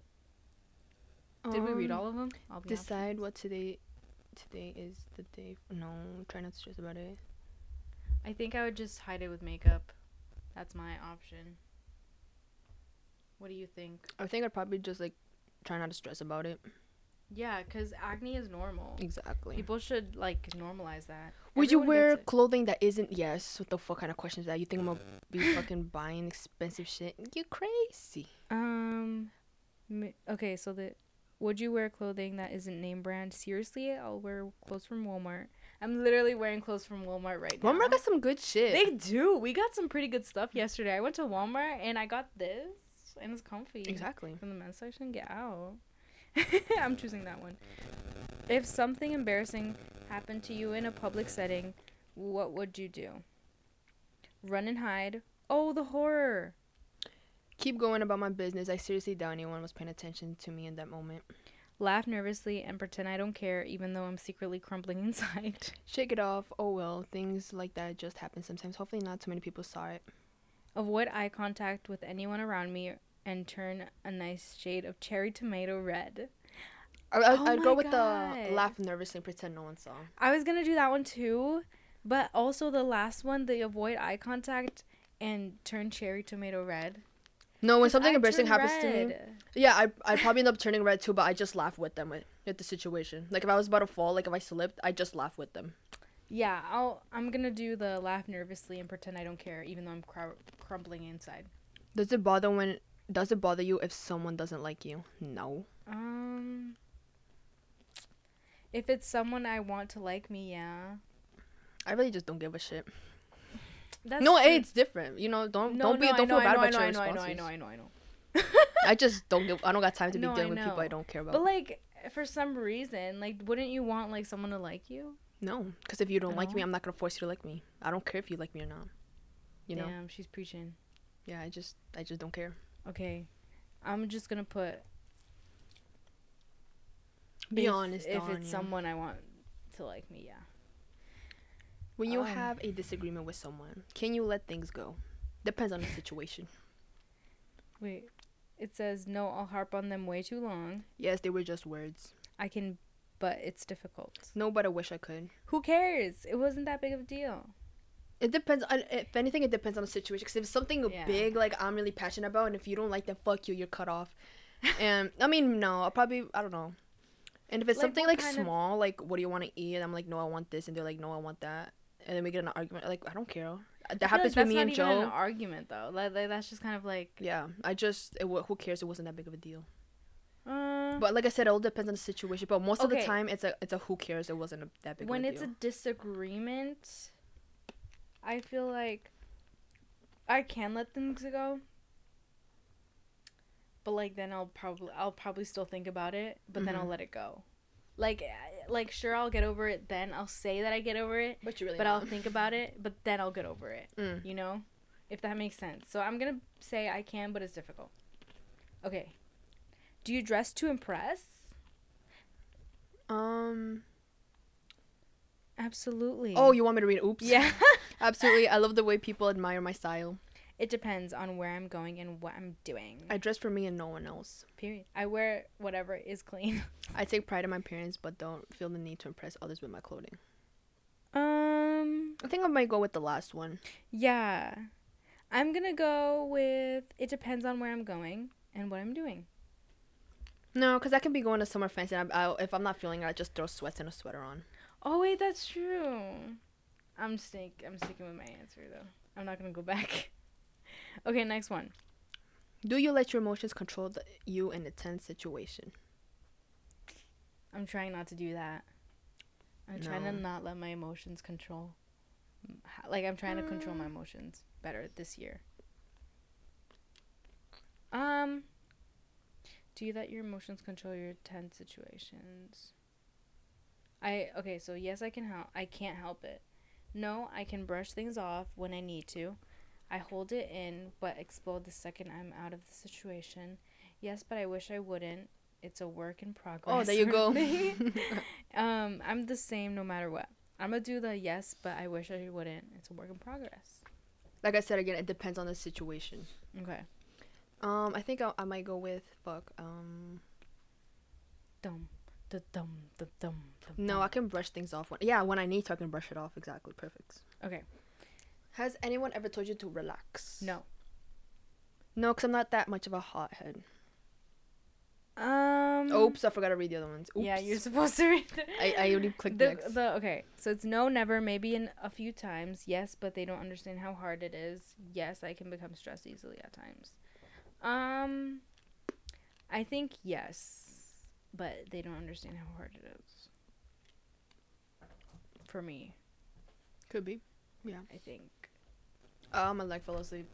B: Did we read
A: Um,
B: all of them? I'll be honest.
A: Decide what today. Today is the day. No, try not to stress about it.
B: I think I would just hide it with makeup. That's my option. What do you think?
A: I think I'd probably just like try not to stress about it.
B: Yeah, because acne is normal.
A: Exactly.
B: People should like normalize that.
A: Would you
B: Everyone
A: wear
B: gets it.
A: clothing that isn't yes? What the fuck kind of questions that? You think I'm gonna be fucking buying expensive shit? You crazy?
B: Um, m- okay, so the would you wear clothing that isn't name brand? Seriously, I'll wear clothes from Walmart. I'm literally wearing clothes from Walmart right now.
A: Walmart got some good shit.
B: They do. We got some pretty good stuff yesterday. I went to Walmart and I got this, and it's comfy.
A: exactly.
B: From the men's section, get out. I'm choosing that one. If something embarrassing happened to you in a public setting, what would you do? Run and hide. Oh, the horror.
A: Keep going about my business. I seriously doubt anyone was paying attention to me in that moment.
B: laugh nervously and pretend I don't care, even though I'm secretly crumbling inside.
A: Shake it off. Oh well, things like that just happen sometimes. Hopefully, not too many people saw it.
B: Avoid eye contact with anyone around me and turn a nice shade of cherry tomato red.
A: I, I,
B: Oh
A: I'd go
B: my
A: with
B: God.
A: the laugh nervously, pretend no one saw.
B: I was gonna do that one too, but also the last one, the avoid eye contact and turn cherry tomato red.
A: No, when
B: 'Cause
A: something
B: I
A: embarrassing
B: turn
A: happens to me,
B: red.
A: yeah, I I probably end up turning red too. But I just laugh with them at, at the situation. Like if I was about to fall, like if I slipped, I just laugh with them.
B: Yeah, I'll. I'm gonna do the laugh nervously and pretend I don't care, even though I'm crow crumbling inside.
A: Does it bother when does it bother you if someone doesn't like you? No.
B: Um, if it's someone I want to like me, yeah.
A: I really just don't give a shit.
B: That's
A: no,
B: true.
A: hey, it's different. You know, don't don't be
B: no, I
A: don't
B: know,
A: feel
B: I
A: bad
B: know,
A: about your
B: I know, I know,
A: responses.
B: I know, I know, I know, I know.
A: I just don't give I don't got time to be
B: No, I
A: dealing with people I
B: know.
A: don't care about.
B: But like, for some reason, like, wouldn't you want like someone to like you?
A: no, cuz if you don't like me,
B: No.
A: I'm not going to force you to like me. I don't care if you like me or not. You know?
B: Damn, she's preaching.
A: Yeah, I just I just don't care.
B: Okay, I'm just gonna put.
A: Be
B: if-
A: honest,
B: If
A: Dawn,
B: it's
A: yeah.
B: someone I want to like me, yeah.
A: When you
B: Um.
A: have a disagreement with someone, can you let things go? Depends on the situation.
B: Wait, it says no. I'll harp on them way too long.
A: Yes, they were just words.
B: I can, but it's difficult.
A: No, but I wish I could.
B: Who cares? It wasn't that big of a deal.
A: It depends on if anything. It depends on the situation. Because if it's something
B: Yeah.
A: big, like I'm really passionate about, and if you don't like, then fuck you. You're cut off. and I mean, no, I'll probably I don't know. And if it's
B: Like,
A: something
B: what
A: like
B: kind of-
A: small, like what do you want to eat? And I'm like, no, I want this, and they're like, no, I want that, and then we get in an argument. Like I don't care. That
B: I feel
A: happens
B: like
A: with me and
B: That's not even an
A: Joe.
B: argument though. Like, like, that's just kind of like.
A: Yeah, I just it, wa- who cares? It wasn't that big of a deal.
B: Uh,
A: But like I said, it all depends on the situation. But most of the
B: Okay.
A: time, it's a it's a who cares? It wasn't a, that big.
B: when
A: of a
B: it's a
A: deal.
B: disagreement, I feel like I can let things go. But like then I'll probably I'll probably still think about it, but then I'll
A: Mhm.
B: let it go. Like I- like sure I'll get over it then. I'll say that I get over it,
A: but you really
B: but I'll think about it, but then I'll get over it.
A: Mm.
B: You know? If that makes sense. So I'm going to say I can, but it's difficult. Okay. Do you dress to impress?
A: um.
B: Absolutely.
A: Oh, you want me to read? Oops.
B: yeah.
A: Absolutely. I love the way people admire my style.
B: It depends on where I'm going and what I'm doing.
A: I dress for me and no one else.
B: Period. I wear whatever is clean.
A: I take pride in my appearance, but don't feel the need to impress others with my clothing.
B: Um,
A: I think I might go with the last one.
B: yeah. I'm going to go with it depends on where I'm going and what I'm doing.
A: No, because I can be going to somewhere fancy. And I, I, if I'm not feeling it, I just throw sweats and a sweater on.
B: Oh wait, that's true. I'm stink I'm sticking with my answer though. I'm not going to go back. okay, next one.
A: Do you let your emotions control the, you in a tense situation?
B: I'm trying not to do that. I'm trying to
A: No.
B: not let my emotions control. m- ho- Like I'm trying to control my emotions better this year. Um do you let your emotions control your tense situations? I okay, so yes I can help. I can't help it. No, I can brush things off when I need to. I hold it in but explode the second I'm out of the situation. Yes, but I wish I wouldn't. It's a work in progress.
A: Oh, there you
B: sort
A: go.
B: of thing. Um, I'm the same no matter what. I'm gonna do the yes, but I wish I wouldn't. It's a work in progress.
A: like I said again, it depends on the situation.
B: Okay.
A: Um, I think I, I might go with fuck. Um,
B: Dum, da dum, da dum. da
A: no,
B: dum.
A: I can brush things off. When, yeah, when I need to, I can brush it off. Exactly, perfect.
B: Okay.
A: Has anyone ever told you to relax?
B: No.
A: No, because I'm not that much of a hothead.
B: Um.
A: Oops, I forgot to read the other ones. Oops.
B: Yeah, you're supposed to read. The,
A: I, I already clicked
B: the,
A: next.
B: the okay. So it's no, never, maybe in a few times. Yes, but they don't understand how hard it is. Yes, I can become stressed easily at times. Um, I think yes, but they don't understand how hard it is. For me,
A: Could be.
B: I think.
A: Oh, my leg fell asleep.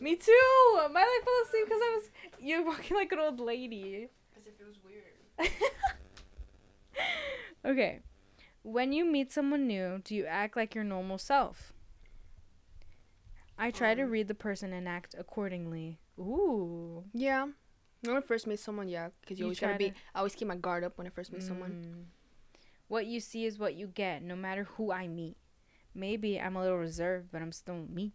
B: Me too. My leg fell asleep because I was you're walking like an old lady.
A: Because it feels weird.
B: Okay. When you meet someone new, do you act like your normal self? I try to
A: Um.
B: read the person and act accordingly. Ooh.
A: Yeah. When I first meet someone, yeah, because you,
B: You
A: always gotta
B: try
A: be.
B: to-
A: I always keep my guard up when I first meet someone.
B: Mm. What you see is what you get, no matter who I meet. Maybe I'm a little reserved, but I'm still me.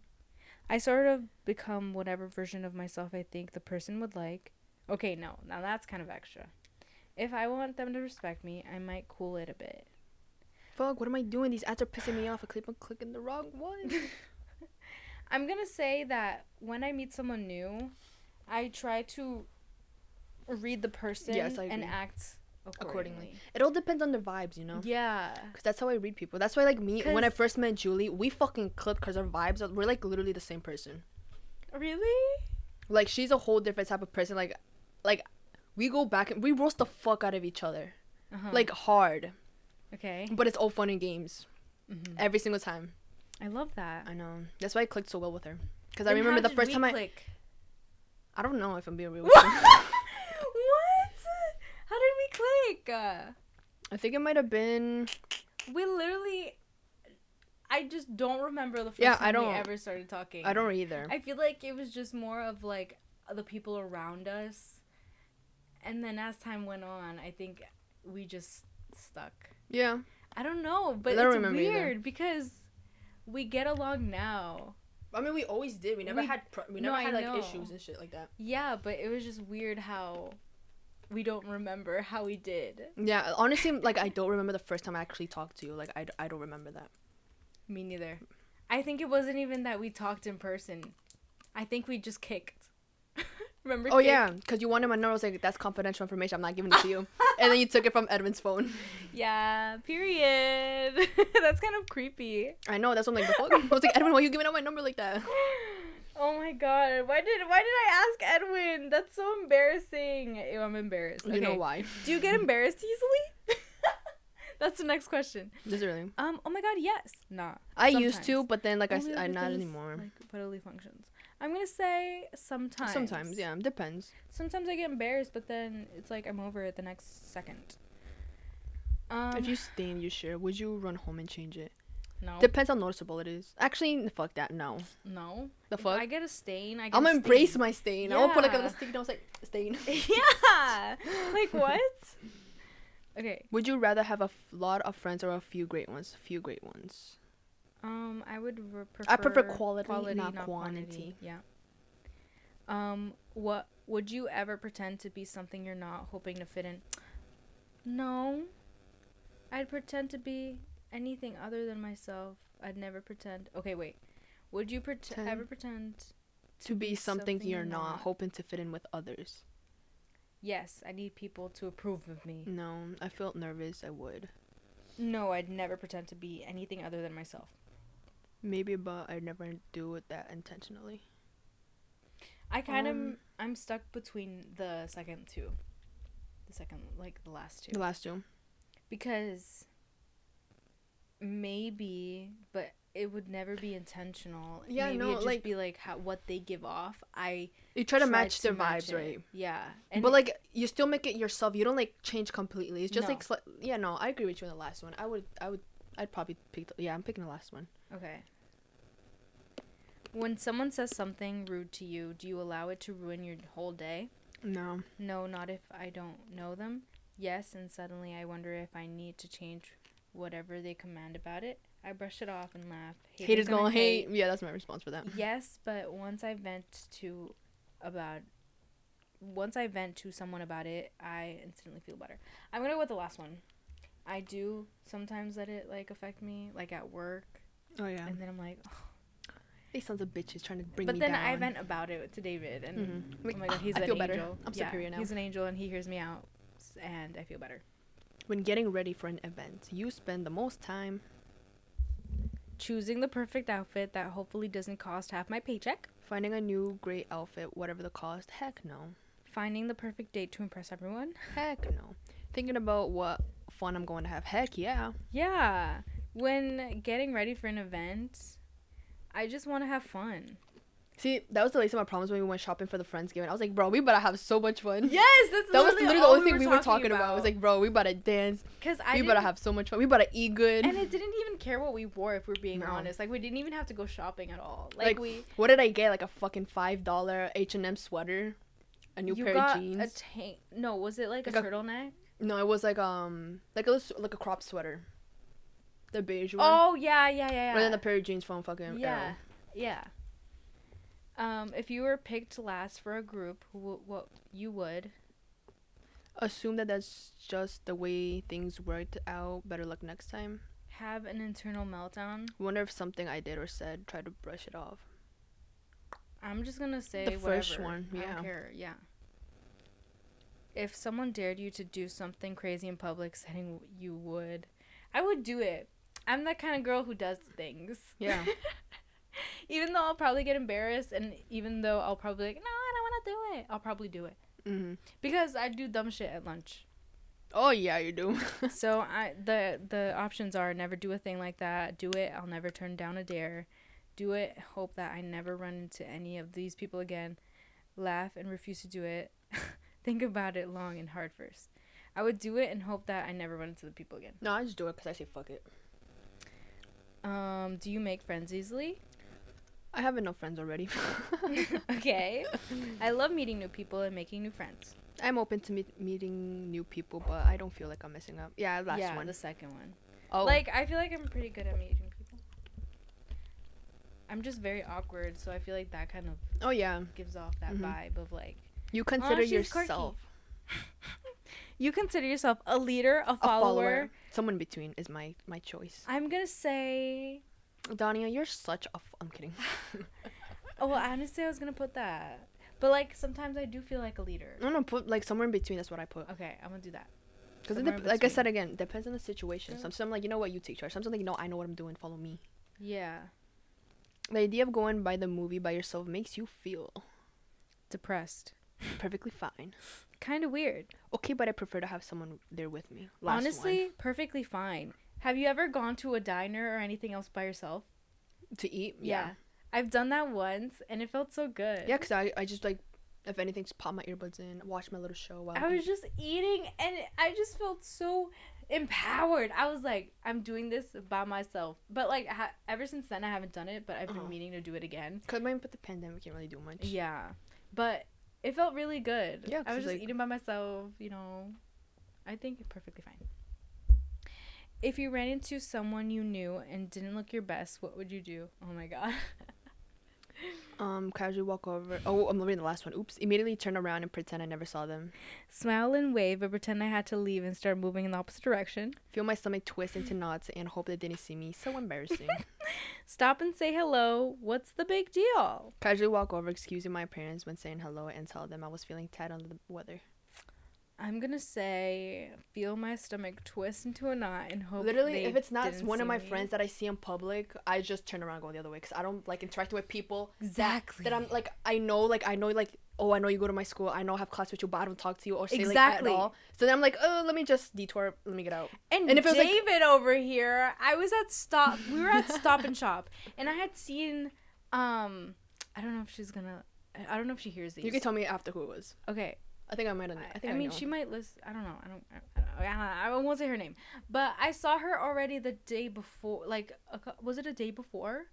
B: I sort of become whatever version of myself I think the person would like. Okay, no, now that's kind of extra. If I want them to respect me, I might cool it a bit.
A: Fuck, what am I doing? These ads are pissing me off. I keep on clicking the wrong one.
B: I'm gonna say that when I meet someone new, I try to read the person
A: Yes, I
B: and
A: agree.
B: act accordingly.
A: Accordingly. it all depends on their vibes, you know.
B: Yeah.
A: Cause that's how I read people. That's why, like me, when I
B: 'Cause-
A: first met Julie, we fucking clicked. Cause our vibes, are, we're like literally the same person.
B: Really?
A: Like she's a whole different type of person. Like, like we go back and we roast the fuck out of each other,
B: Uh-huh.
A: like hard.
B: okay.
A: But it's all fun and games
B: Mhm.
A: every single time.
B: I love that.
A: Mm-hmm. I know. That's why I clicked so well with her. Because I remember the first time I. I don't know if I'm being real. With
B: What?
A: you.
B: How did we click? Uh,
A: I think it might have been.
B: we literally. I just don't remember the first
A: Yeah,
B: time
A: I don't-
B: we ever started talking.
A: I don't either.
B: I feel like it was just more of like the people around us, and then as time went on, I think we just stuck.
A: yeah.
B: I don't know, but
A: I don't
B: it's
A: remember either.
B: weird because we get along now.
A: I mean, we always did. We
B: never We-
A: had. Pro- we
B: No, never had, I like, issues know.
A: and shit like that.
B: Yeah, but it was just weird how we don't remember how we did.
A: Yeah. Honestly, like I don't remember the first time I actually talked to you. Like I, I don't remember that.
B: Me neither. I think it wasn't even that we talked in person. I think we just kicked. Remember?
A: Oh
B: kick?
A: yeah, because you wanted my number. I was like, that's confidential information. I'm not giving it to you. and then you took it from Edwin's phone.
B: Yeah. Period. That's kind of creepy.
A: I know. That's what I'm like. The fuck? I was like, Edwin, why you giving out my number like that?
B: Oh my god. Why did why did I ask Edwin? That's so embarrassing. Ew, I'm embarrassed.
A: You know
B: Okay.
A: why?
B: Do you get embarrassed easily? That's the next question.
A: This is really.
B: Um, oh my god, yes. Nah.
A: I used to,
B: sometimes.
A: but then like I,
B: Only
A: s-
B: when
A: I not
B: everything's,
A: anymore.
B: Like bodily functions. I'm gonna say sometimes.
A: Sometimes, yeah, depends.
B: Sometimes I get embarrassed, but then it's like I'm over it the next second. Um,
A: if you stain your shirt, would you run home and change it?
B: no,
A: Depends how noticeable it is. Actually, fuck that. No,
B: no.
A: the
B: If
A: fuck.
B: I get a stain. I get
A: I'm
B: a
A: gonna embrace
B: stain.
A: my stain. I'm gonna put like a
B: Yeah.
A: little stick. And I was like, stain.
B: yeah. Like what? okay.
A: Would you rather have a f- lot of friends or a few great ones? Few great ones.
B: Um, I would re- prefer.
A: I prefer quality, not quantity.
B: Yeah. Um, what would you ever pretend to be something you're not, hoping to fit in? No. I'd pretend to be anything other than myself. I'd never pretend. Okay, wait. Would you pret-
A: Ten.
B: ever pretend?
A: To be something, you're not,
B: not.
A: hoping to fit in with others.
B: Yes, I need people to approve of me.
A: No, I felt nervous. I would.
B: No, I'd never pretend to be anything other than myself.
A: Maybe, but I never do it that intentionally.
B: I kind of
A: Um,
B: I'm stuck between the second two. The second like the last two.
A: The last two.
B: because maybe but it would never be intentional
A: Yeah,
B: maybe
A: no,
B: it'd just
A: like-
B: be like how, what they give off i
A: You try to
B: tried
A: match their vibes,
B: it.
A: right?
B: yeah and
A: but like you still make it yourself. You don't like change completely. It's just
B: No.
A: like sli- yeah. No, I agree with you on the last one. I would. I would. I'd probably pick. The, yeah, I'm picking the last one.
B: okay when someone says something rude to you do you allow it to ruin your whole day
A: No.
B: no not if i don't know them yes and suddenly i wonder if i need to change whatever they command about it i brush it off and laugh
A: Haters gonna hate. Yeah, that's my response for that.
B: yes, but once I vent to about once I vent to someone about it, I instantly feel better. I'm gonna go with the last one. I do sometimes let it like affect me, like at work,
A: Oh yeah.
B: and then I'm like,
A: These sons of bitches trying to bring
B: but
A: me
B: then
A: down.
B: I vent about it to David, and
A: Mhm. Like,
B: oh my god,
A: "Ah,
B: he's
A: I
B: an
A: feel
B: angel.
A: better. I'm
B: Yeah,
A: superior now.
B: He's an angel, and he hears me out, s- and I feel better.
A: When getting ready for an event, you spend the most time.
B: Choosing the perfect outfit that hopefully doesn't cost half my paycheck.
A: Finding a new great outfit, whatever the cost, heck no.
B: Finding the perfect date to impress everyone.
A: Heck no. Thinking about what fun I'm going to have, heck yeah.
B: Yeah. When getting ready for an event, I just want to have fun.
A: See, that was the least of my problems when we went shopping for the Friendsgiving. I was like, bro, we better have so much fun.
B: Yes, that's
A: That was literally the only thing we were talking about. I was like, bro, we better dance.
B: because I
A: we better have so much fun. We better eat good.
B: and it didn't even care what we wore. If we're being
A: No.
B: honest, like we didn't even have to go shopping at all. Like,
A: Like,
B: we,
A: what did I get? Like a fucking five dollar H and M sweater, a new
B: you
A: pair
B: got
A: of jeans.
B: a tank. No, was it like, a
A: Like a-
B: turtleneck?
A: no, it was like um like a little s- like a crop sweater, the beige one.
B: Oh yeah, yeah, yeah, yeah.
A: Rather than a pair of jeans from fucking
B: yeah,
A: yeah.
B: yeah. Um, if you were picked last for a group, wh- what you would?
A: Assume that that's just the way things worked out. Better luck next time.
B: Have an internal meltdown.
A: Wonder if something I did or said tried to brush it off.
B: I'm just gonna say
A: first
B: whatever.
A: one,
B: I
A: yeah.
B: don't care. Yeah. If someone dared you to do something crazy in public, saying you would, I would do it. I'm that kind of girl who does things.
A: Yeah.
B: even though I'll probably get embarrassed, and even though I'll probably be like, no, I don't want to do it. I'll probably do it
A: hmm
B: because I do dumb shit at lunch.
A: Oh yeah, you do.
B: so I the the options are never do a thing like that, do it, I'll never turn down a dare, do it, hope that I never run into any of these people again, laugh and refuse to do it, think about it long and hard first. I would do it and hope that I never run into the people again.
A: no, I just do it because I say fuck it.
B: Um, do you make friends easily?
A: I have enough friends already.
B: okay. I love meeting new people and making new friends.
A: I'm open to meet- meeting new people, but I don't feel like I'm missing up. Yeah, last
B: yeah,
A: one.
B: the second one.
A: oh,
B: Like I feel like I'm pretty good at meeting people. I'm just very awkward, so I feel like that kind of
A: oh yeah.
B: gives off that
A: Mhm.
B: vibe of like
A: You consider
B: she's quirky.
A: yourself
B: you consider yourself a leader, a follower.
A: a follower. Someone in between is my my choice.
B: I'm gonna say
A: Dania, you're such a. F- I'm kidding.
B: Oh, well, honestly, I was gonna put that, but like sometimes I do feel like a leader.
A: No, no, put like somewhere in between. That's what I put.
B: Okay, I'm gonna do that.
A: Because
B: Uh, somewhere in
A: like I
B: between.
A: said again, depends on the situation.
B: Yeah.
A: Sometimes I'm like, you know what, you take charge. Sometimes I'm like, no, I know what I'm doing. Follow me.
B: Yeah,
A: The idea of going by the movie by yourself makes you feel
B: depressed.
A: perfectly fine.
B: Kind of weird.
A: Okay, but I prefer to have someone there with me. Last
B: Honestly,
A: Honestly,
B: perfectly fine. Have you ever gone to a diner or anything else by yourself?
A: to eat. Yeah.
B: I've done that once and it felt so good.
A: Yeah, because I, I just like, if anything, just pop my earbuds in, watch my little show. While
B: I was just eating and I just felt so empowered. I was like, I'm doing this by myself. But like, ha- ever since then, I haven't done it, but I've been
A: Oh.
B: meaning to do it again.
A: Because with the pandemic, can't really do much.
B: Yeah. But it felt really good.
A: Yeah,
B: I
A: 'cause,
B: was just
A: like-
B: eating by myself, you know. I think it's perfectly fine. If you ran into someone you knew and didn't look your best, what would you do? Oh my god.
A: Um, casually walk over. Oh, I'm reading the last one. Oops. Immediately turn around and pretend I never saw them.
B: Smile and wave, but pretend I had to leave and start moving in the opposite direction.
A: Feel my stomach twist into knots and hope they didn't see me. So embarrassing.
B: Stop and say hello. What's the big deal?
A: Casually walk over, excusing my parents when saying hello, and tell them I was feeling tired under the weather.
B: I'm gonna say, feel my stomach twist into a knot and hope.
A: Literally,
B: they
A: if it's not
B: didn't
A: one of
B: see
A: my
B: me.
A: friends that I see in public, I just turn around and go the other way because I don't like interacting with people that-
B: Exactly.
A: that, I'm like I know like I know like oh I know you go to my school I know I have class with you but I don't talk to you or say
B: Exactly.
A: like at all. So then I'm like oh let me just detour let me get out.
B: And,
A: And if it was, like-
B: David over here, I was at stop. We were at Stop and Shop, and I had seen. Um, I don't know if she's gonna. I- I don't know if she hears these.
A: You can tell me after who it was.
B: okay.
A: I think I might have.
B: I,
A: I think
B: I mean, she might listen. I don't know. I don't. I, don't, I, don't, I won't say her name, but I saw her already the day before. Like, a, cou- was it a day before?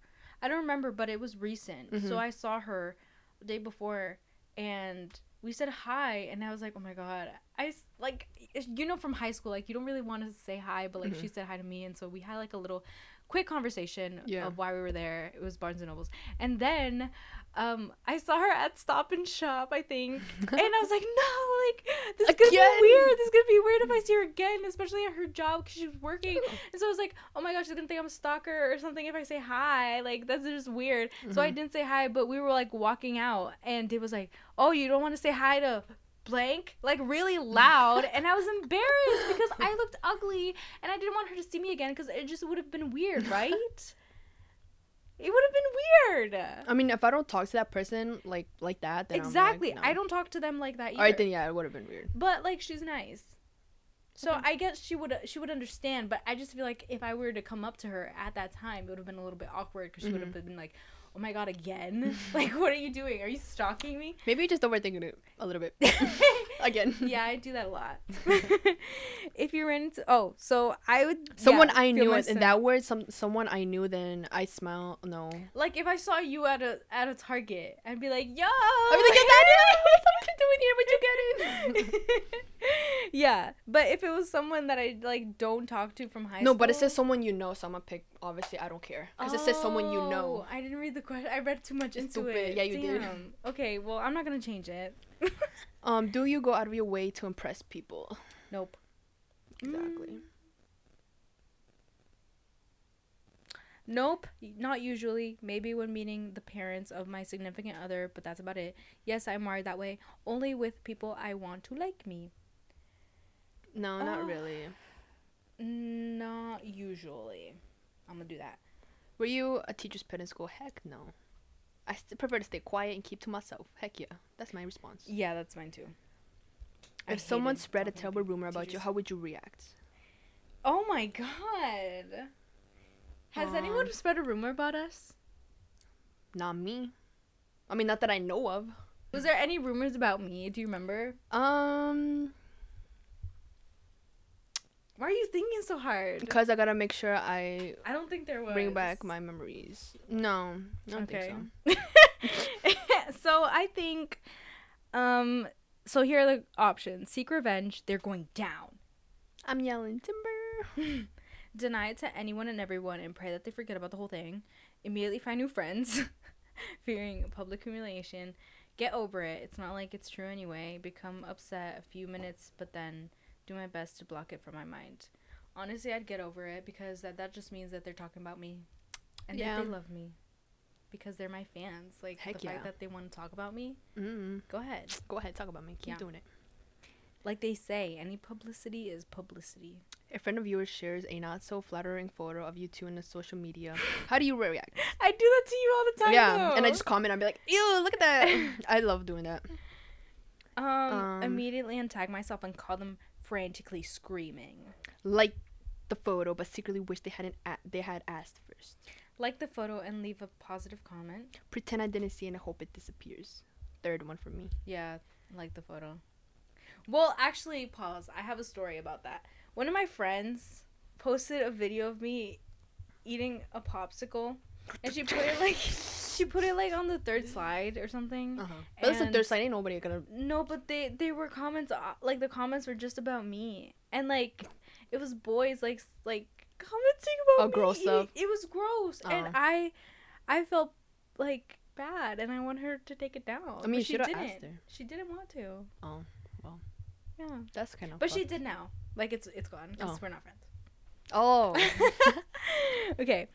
B: I don't remember, but it was recent. So
A: Mhm.
B: I saw her the day before, and we said hi, and I was like, oh my god, I s- like, it's- you know, from high school, like you don't really want to say hi, but like she said hi to me, and so we had like a little quick conversation
A: Yeah.
B: of why we were there. It was Barnes and Nobles, and then um, I saw her at Stop and Shop, I think, and I was like, no, like this is gonna
A: Again?
B: be weird. This is gonna be weird if I see her again, especially at her job because she was working. And so I was like, oh my gosh, she's gonna think I'm a stalker or something if I say hi. Like that's just weird. So I didn't say hi, but we were like walking out, and Dave was like, oh, you don't want to say hi to blank like really loud and i was embarrassed because i looked ugly and i didn't want her to see me again because it just would have been weird right it would have been weird
A: I mean, if I don't talk to that person like like that, then I'm like,
B: exactly
A: no.
B: i don't talk to them like that either
A: All right, then yeah, it would have been weird.
B: but like she's nice so i guess she would she would understand but i just feel like if i were to come up to her at that time it would have been a little bit awkward because she would have been like oh my god again like what are you doing are you stalking me
A: Maybe just overthinking it a little bit. Again.
B: yeah, I do that a lot. if you ran into oh, so I would yeah,
A: Someone I
B: feel
A: knew
B: my
A: it in
B: sen-
A: that word. Some someone I knew. Then I smile. No.
B: like if I saw you at a at a Target, I'd be like, yo,
A: I'm like, "Is
B: doing here? Would you get in? yeah, but if it was someone that I like don't talk to from high
A: No,
B: school,
A: but it says someone you know, so I'm gonna pick. Obviously, I don't care because it says someone you
B: Oh,
A: know.
B: I didn't read the question. I read too much into
A: Stupid.
B: it.
A: Yeah, you did.
B: Damn. Okay, well, I'm not gonna change it.
A: Um, do you go out of your way to impress people?
B: nope.
A: Exactly.
B: Mm. Nope, not usually. Maybe when meeting the parents of my significant other, but that's about it. Yes, I'm wired that way, only with people I want to like me.
A: No,
B: Oh.
A: not really.
B: Not usually. I'm gonna do that.
A: Were you a teacher's pet in school? Heck no. I st- prefer to stay quiet and keep to myself. Heck yeah, that's my response.
B: Yeah, that's mine too. I
A: if someone
B: hated
A: spread a
B: talking to
A: terrible rumor about you,
B: teachers.
A: how would you react?
B: Oh my god. Has
A: Um,
B: anyone spread a rumor about us?
A: Not me. I mean, not that I know of.
B: Was there any rumors about me? Do you remember?
A: Um,
B: Why are you thinking so hard?
A: because I gotta make sure I
B: I don't think there was.
A: bring back my memories. No, I don't think so.
B: so I think, um, so here are the options: seek revenge. They're going down.
A: I'm yelling timber.
B: Deny it to anyone and everyone, and pray that they forget about the whole thing. Immediately find new friends, fearing public humiliation. Get over it. It's not like it's true anyway. Become upset a few minutes, but then do my best to block it from my mind. Honestly, I'd get over it because that, that just means that they're talking about me. and
A: Yeah.
B: that they love me because they're my fans. Like
A: Heck
B: the
A: yeah.
B: fact that they want to talk about me,
A: Mm.
B: go ahead.
A: Go ahead, talk about me. Keep
B: Yeah.
A: doing it.
B: Like they say, any publicity is publicity.
A: A friend of yours shares a not so flattering photo of you two in the social media. How do you react?
B: I do that to you all the time.
A: yeah, and I
B: though.
A: just comment. I'd be like, "Ew, look at that." I love doing that.
B: um,
A: um,
B: immediately untag myself and call them frantically screaming.
A: Like the photo, but secretly wish they hadn't. A- they had asked first.
B: Like the photo and leave a positive comment.
A: Pretend I didn't see and I hope it disappears. Third one for me.
B: Yeah, like the photo. Well, actually, pause. I have a story about that. One of my friends posted a video of me eating a popsicle, and she put it like she put it like on the third slide or something.
A: Uh-huh. But that's the
B: And-
A: third sign. Ain't nobody gonna.
B: No, but they they were comments uh, like the comments were just about me, and like it was boys like s- like commenting about
A: Oh,
B: me
A: gross
B: eating-
A: stuff.
B: It was gross,
A: Oh.
B: and I I felt like bad, and I want her to take it down.
A: I mean, you
B: but she
A: should have
B: didn't.
A: asked her.
B: She didn't want to.
A: Oh, well.
B: Yeah,
A: That's kind of.
B: but she did now. Like it's it's gone 'cause
A: Oh.
B: we're not friends.
A: Oh
B: okay,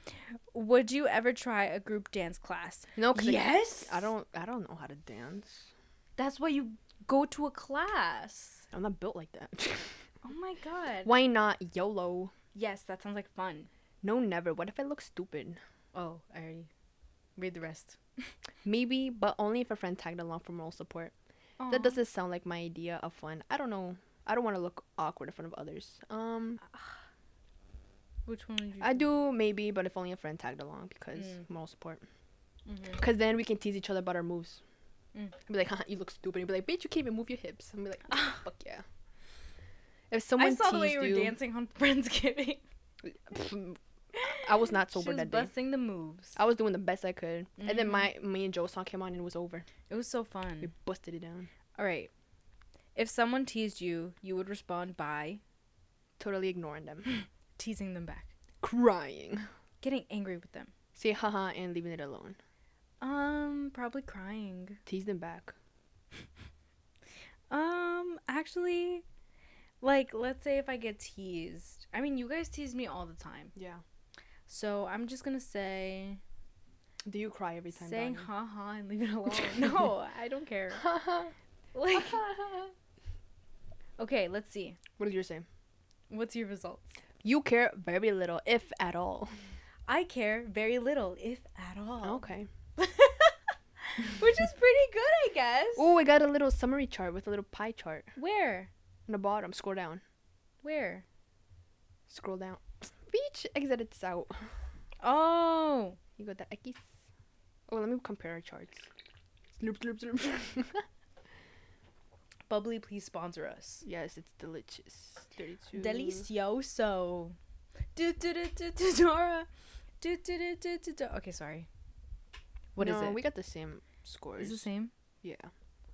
B: would you ever try a group dance class?
A: no, 'cause I-
B: yes.
A: I don't. I don't know how to dance.
B: That's why you go to a class.
A: I'm not built like that.
B: Oh my god.
A: Why not YOLO?
B: Yes, that sounds like fun.
A: No, never. What if I look stupid?
B: Oh, I already read the rest.
A: Maybe, but only if a friend tagged along for moral support. That doesn't sound like my idea of fun. I don't know. I don't want to look awkward in front of others. Um,
B: Which one would you?
A: I do maybe, but if only a friend tagged along because
B: Mm.
A: moral support.
B: Mhm.
A: Because then we can tease each other about our moves.
B: Mm.
A: I'd be like, Haha, you look stupid. And be like, bitch, you can't even move your hips. And be like, fuck yeah. If someone
B: I saw the way you
A: teased
B: were dancing on Friendsgiving.
A: pff, I was not sober
B: she was
A: that day.
B: busting the moves.
A: I was doing the best I could, and then
B: Mhm.
A: my me and Joe song came on and it was over.
B: It was so
A: We
B: fun.
A: busted it down.
B: All right. If someone teased you, you would respond by
A: Totally ignoring them,
B: teasing them back,
A: crying,
B: getting angry with them.
A: say haha and leaving it alone.
B: Um, probably crying.
A: Tease them back.
B: Um, actually, like let's say if I get teased. I mean, you guys tease me all the time,
A: Yeah.
B: so I'm just gonna say
A: Do you cry every time?
B: saying ha ha and leave it alone. no, I don't care.
A: haha.
B: Like, okay, let's see.
A: what did you say?
B: What's your results?
A: You care very little, if at all.
B: I care very little, if at all.
A: Oh, Okay.
B: Which is pretty good, I guess.
A: Oh, I got a little summary chart with a little pie chart
B: Where?
A: on the bottom. Scroll down.
B: Where?
A: Scroll down. Beach exit it's out.
B: Oh.
A: You got the X. Oh, let me compare our charts. Slurp, slurp, slurp.
B: Bubbly, please sponsor us.
A: yes, it's delicious. 32.
B: Delicioso. Do do do do do Dora. Do do do do do. do- Okay, sorry. What is
A: No,
B: it?
A: We got the same scores.
B: Is it the same?
A: Yeah.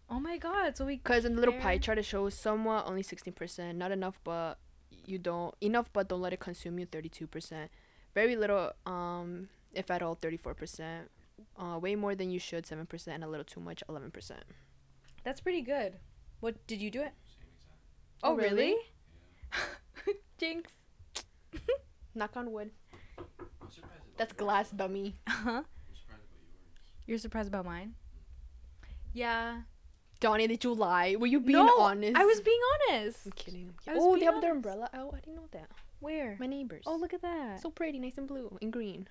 B: Oh my god! So we.
A: Because in the little pie
B: Fair.
A: chart, it shows somewhat only 16%, not enough, but you don't, enough, but don't let it consume you 32%. Very little, um, if at all, 34%. Uh, way more than you should, 7%, and a little too much, 11%.
B: That's pretty good. What did you do it?
C: Same exact.
A: Oh, really?
C: Yeah.
B: Jinx.
A: Knock on wood.
C: I'm surprised about
A: That's
C: yours,
A: glass
C: though.
A: dummy.
B: Uh huh.
C: I'm surprised about yours.
B: You're surprised about mine? Yeah.
A: Donnie, did you lie? Were you being honest?
B: I was being honest.
A: I'm kidding. I'm
B: I
A: kidding.
B: was
A: Oh, they
B: being
A: have their
B: honest.
A: umbrella out. I didn't know that.
B: Where?
A: My neighbors.
B: Oh, look at that.
A: So pretty, nice and blue and green.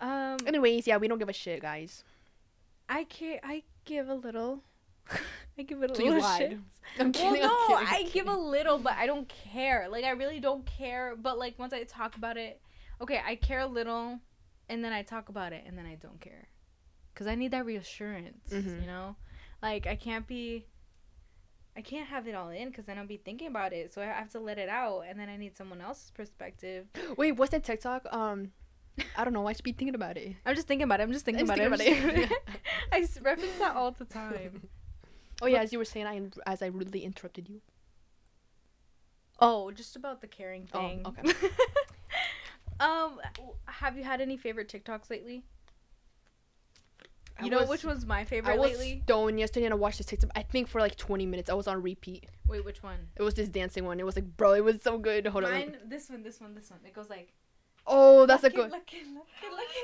B: um,
A: Anyways, yeah, we don't give a shit, guys.
B: I can I give a little. I give it a
A: So you
B: little
A: lied.
B: Oh, shit.
A: I'm
B: Well,
A: kidding.
B: no,
A: I'm kidding, I'm
B: I give
A: kidding.
B: a little, but I don't care. Like I really don't care. But like once I talk about it, okay, I care a little, and then I talk about it, and then I don't care, cause I need that reassurance.
A: Mhm.
B: You know, like I can't be. I can't have it all in because then I'll be thinking about it. So I have to let it out, and then I need someone else's perspective.
A: Wait, what's that TikTok? Um, I don't know. I should be thinking about it.
B: I'm just thinking about it. I'm just thinking
A: I'm just
B: about it.
A: thinking
B: I'm just
A: about
B: thinking- I s- reference that all the time.
A: Oh yeah, as you were saying, I as I rudely interrupted you.
B: Oh, just about the caring
A: Oh,
B: thing.
A: okay.
B: um, w- have you had any favorite TikToks lately?
A: I
B: You know
A: was-
B: which one's my favorite
A: I was
B: lately?
A: stoned yesterday and I watched this TikTok. I think for like 20 minutes, I was on repeat.
B: Wait, which one?
A: It was this dancing one. It was like, bro, it was so good. Hold on. let me-
B: Mine, this one, this one, this one. It goes like,
A: Oh, that's a
B: Lucky,
A: good.
B: lucky, lucky, lucky.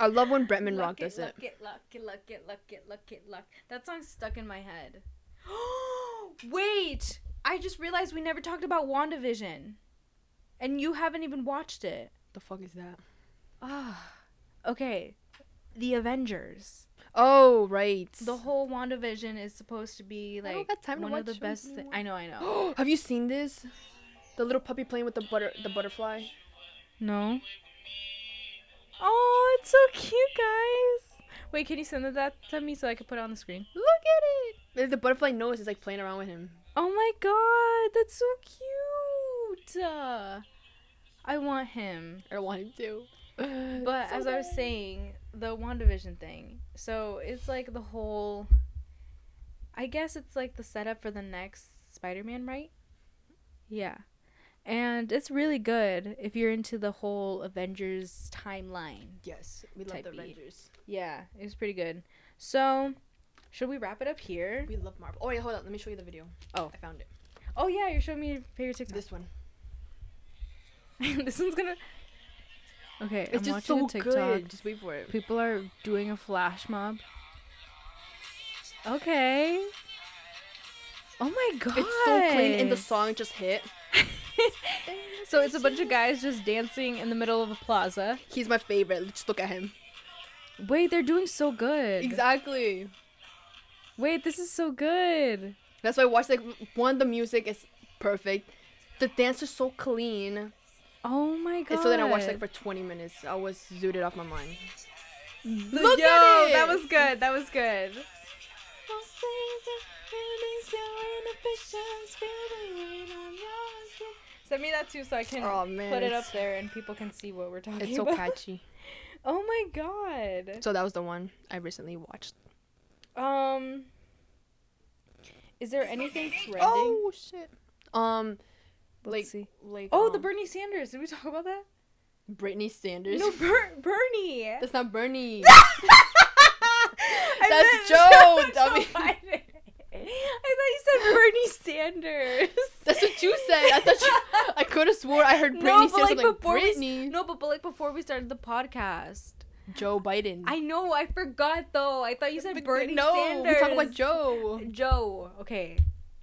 A: I love when Bretman
B: Luck
A: Rock
B: it,
A: does it.
B: Luck it, luck it, luck it, luck it, luck it, luck. That song's stuck in my head. Wait! I just realized we never talked about WandaVision. And you haven't even watched it.
A: The fuck is that?
B: Ah. Okay. The Avengers.
A: Oh, right.
B: The whole WandaVision is supposed to be
A: I
B: like
A: don't got time to
B: one
A: watch
B: of the
A: shows
B: best thi-
A: anymore.
B: I know, I know.
A: Have you seen this? The little puppy playing with the butter, the butterfly.
B: no. Oh, it's so cute, guys. Wait, can you send that to me so I can put it on the screen?
A: Look at it. The butterfly knows it's like playing around with him.
B: Oh my god, that's so cute. Uh, I want him.
A: I want him to.
B: But
A: So
B: as I was
A: bad.
B: saying, the WandaVision thing. So it's like the whole. I guess it's like the setup for the next Spider Man, right? Yeah. And it's really good if you're into the whole Avengers timeline.
A: yes, we love
B: Type
A: the
B: B.
A: Avengers.
B: Yeah, it was pretty good. So, should we wrap it up here?
A: We love Marvel. Oh wait, hold on. Let me show you the video.
B: Oh.
A: I found it.
B: Oh, yeah, you're showing me your favorite TikTok.
A: This one.
B: this one's gonna. Okay,
A: It's
B: I'm
A: just
B: watching
A: so
B: a TikTok.
A: good. Just wait for it.
B: People are doing a flash mob. Okay. Oh my god.
A: It's so clean, and the song just hit.
B: so it's a bunch of guys just dancing in the middle of a plaza.
A: He's my favorite. Just look at him.
B: Wait, they're doing so good.
A: Exactly.
B: Wait, this is so good.
A: That's why I watch like one. The music is perfect. The dance is so clean.
B: Oh my god.
A: And so then I watched like for 20 minutes. I was zooted off my mind.
B: Look
A: Yo,
B: at it.
A: that
B: That
A: was
B: was good. That was good. Send me that too, so I can
A: Oh, man,
B: put it
A: it's-
B: up there and people can see what we're talking
A: It's so
B: about.
A: catchy.
B: Oh my god.
A: So that was the one I recently watched.
B: Um, is there anything trending?
A: Oh shit. Um,
B: Let's
A: like,
B: see.
A: like.
B: Oh, the
A: um,
B: Bernie Sanders. Did we talk about that?
A: Britney Sanders.
B: No, Ber- Bernie.
A: that's not Bernie.
B: I meant-
A: That's Joe, dummy.
B: I didn't- I thought you said Bernie Sanders.
A: that's what you said. I thought you, I could have swore I heard Britney
B: No, but like
A: Sanders. I'm like
B: before we s-
A: Britney.
B: No, but, but like before we started the podcast,
A: Joe Biden.
B: I know I forgot though. I thought you said
A: Mm. But
B: Bernie
A: no,
B: Sanders.
A: we talk about Joe.
B: Joe. Okay,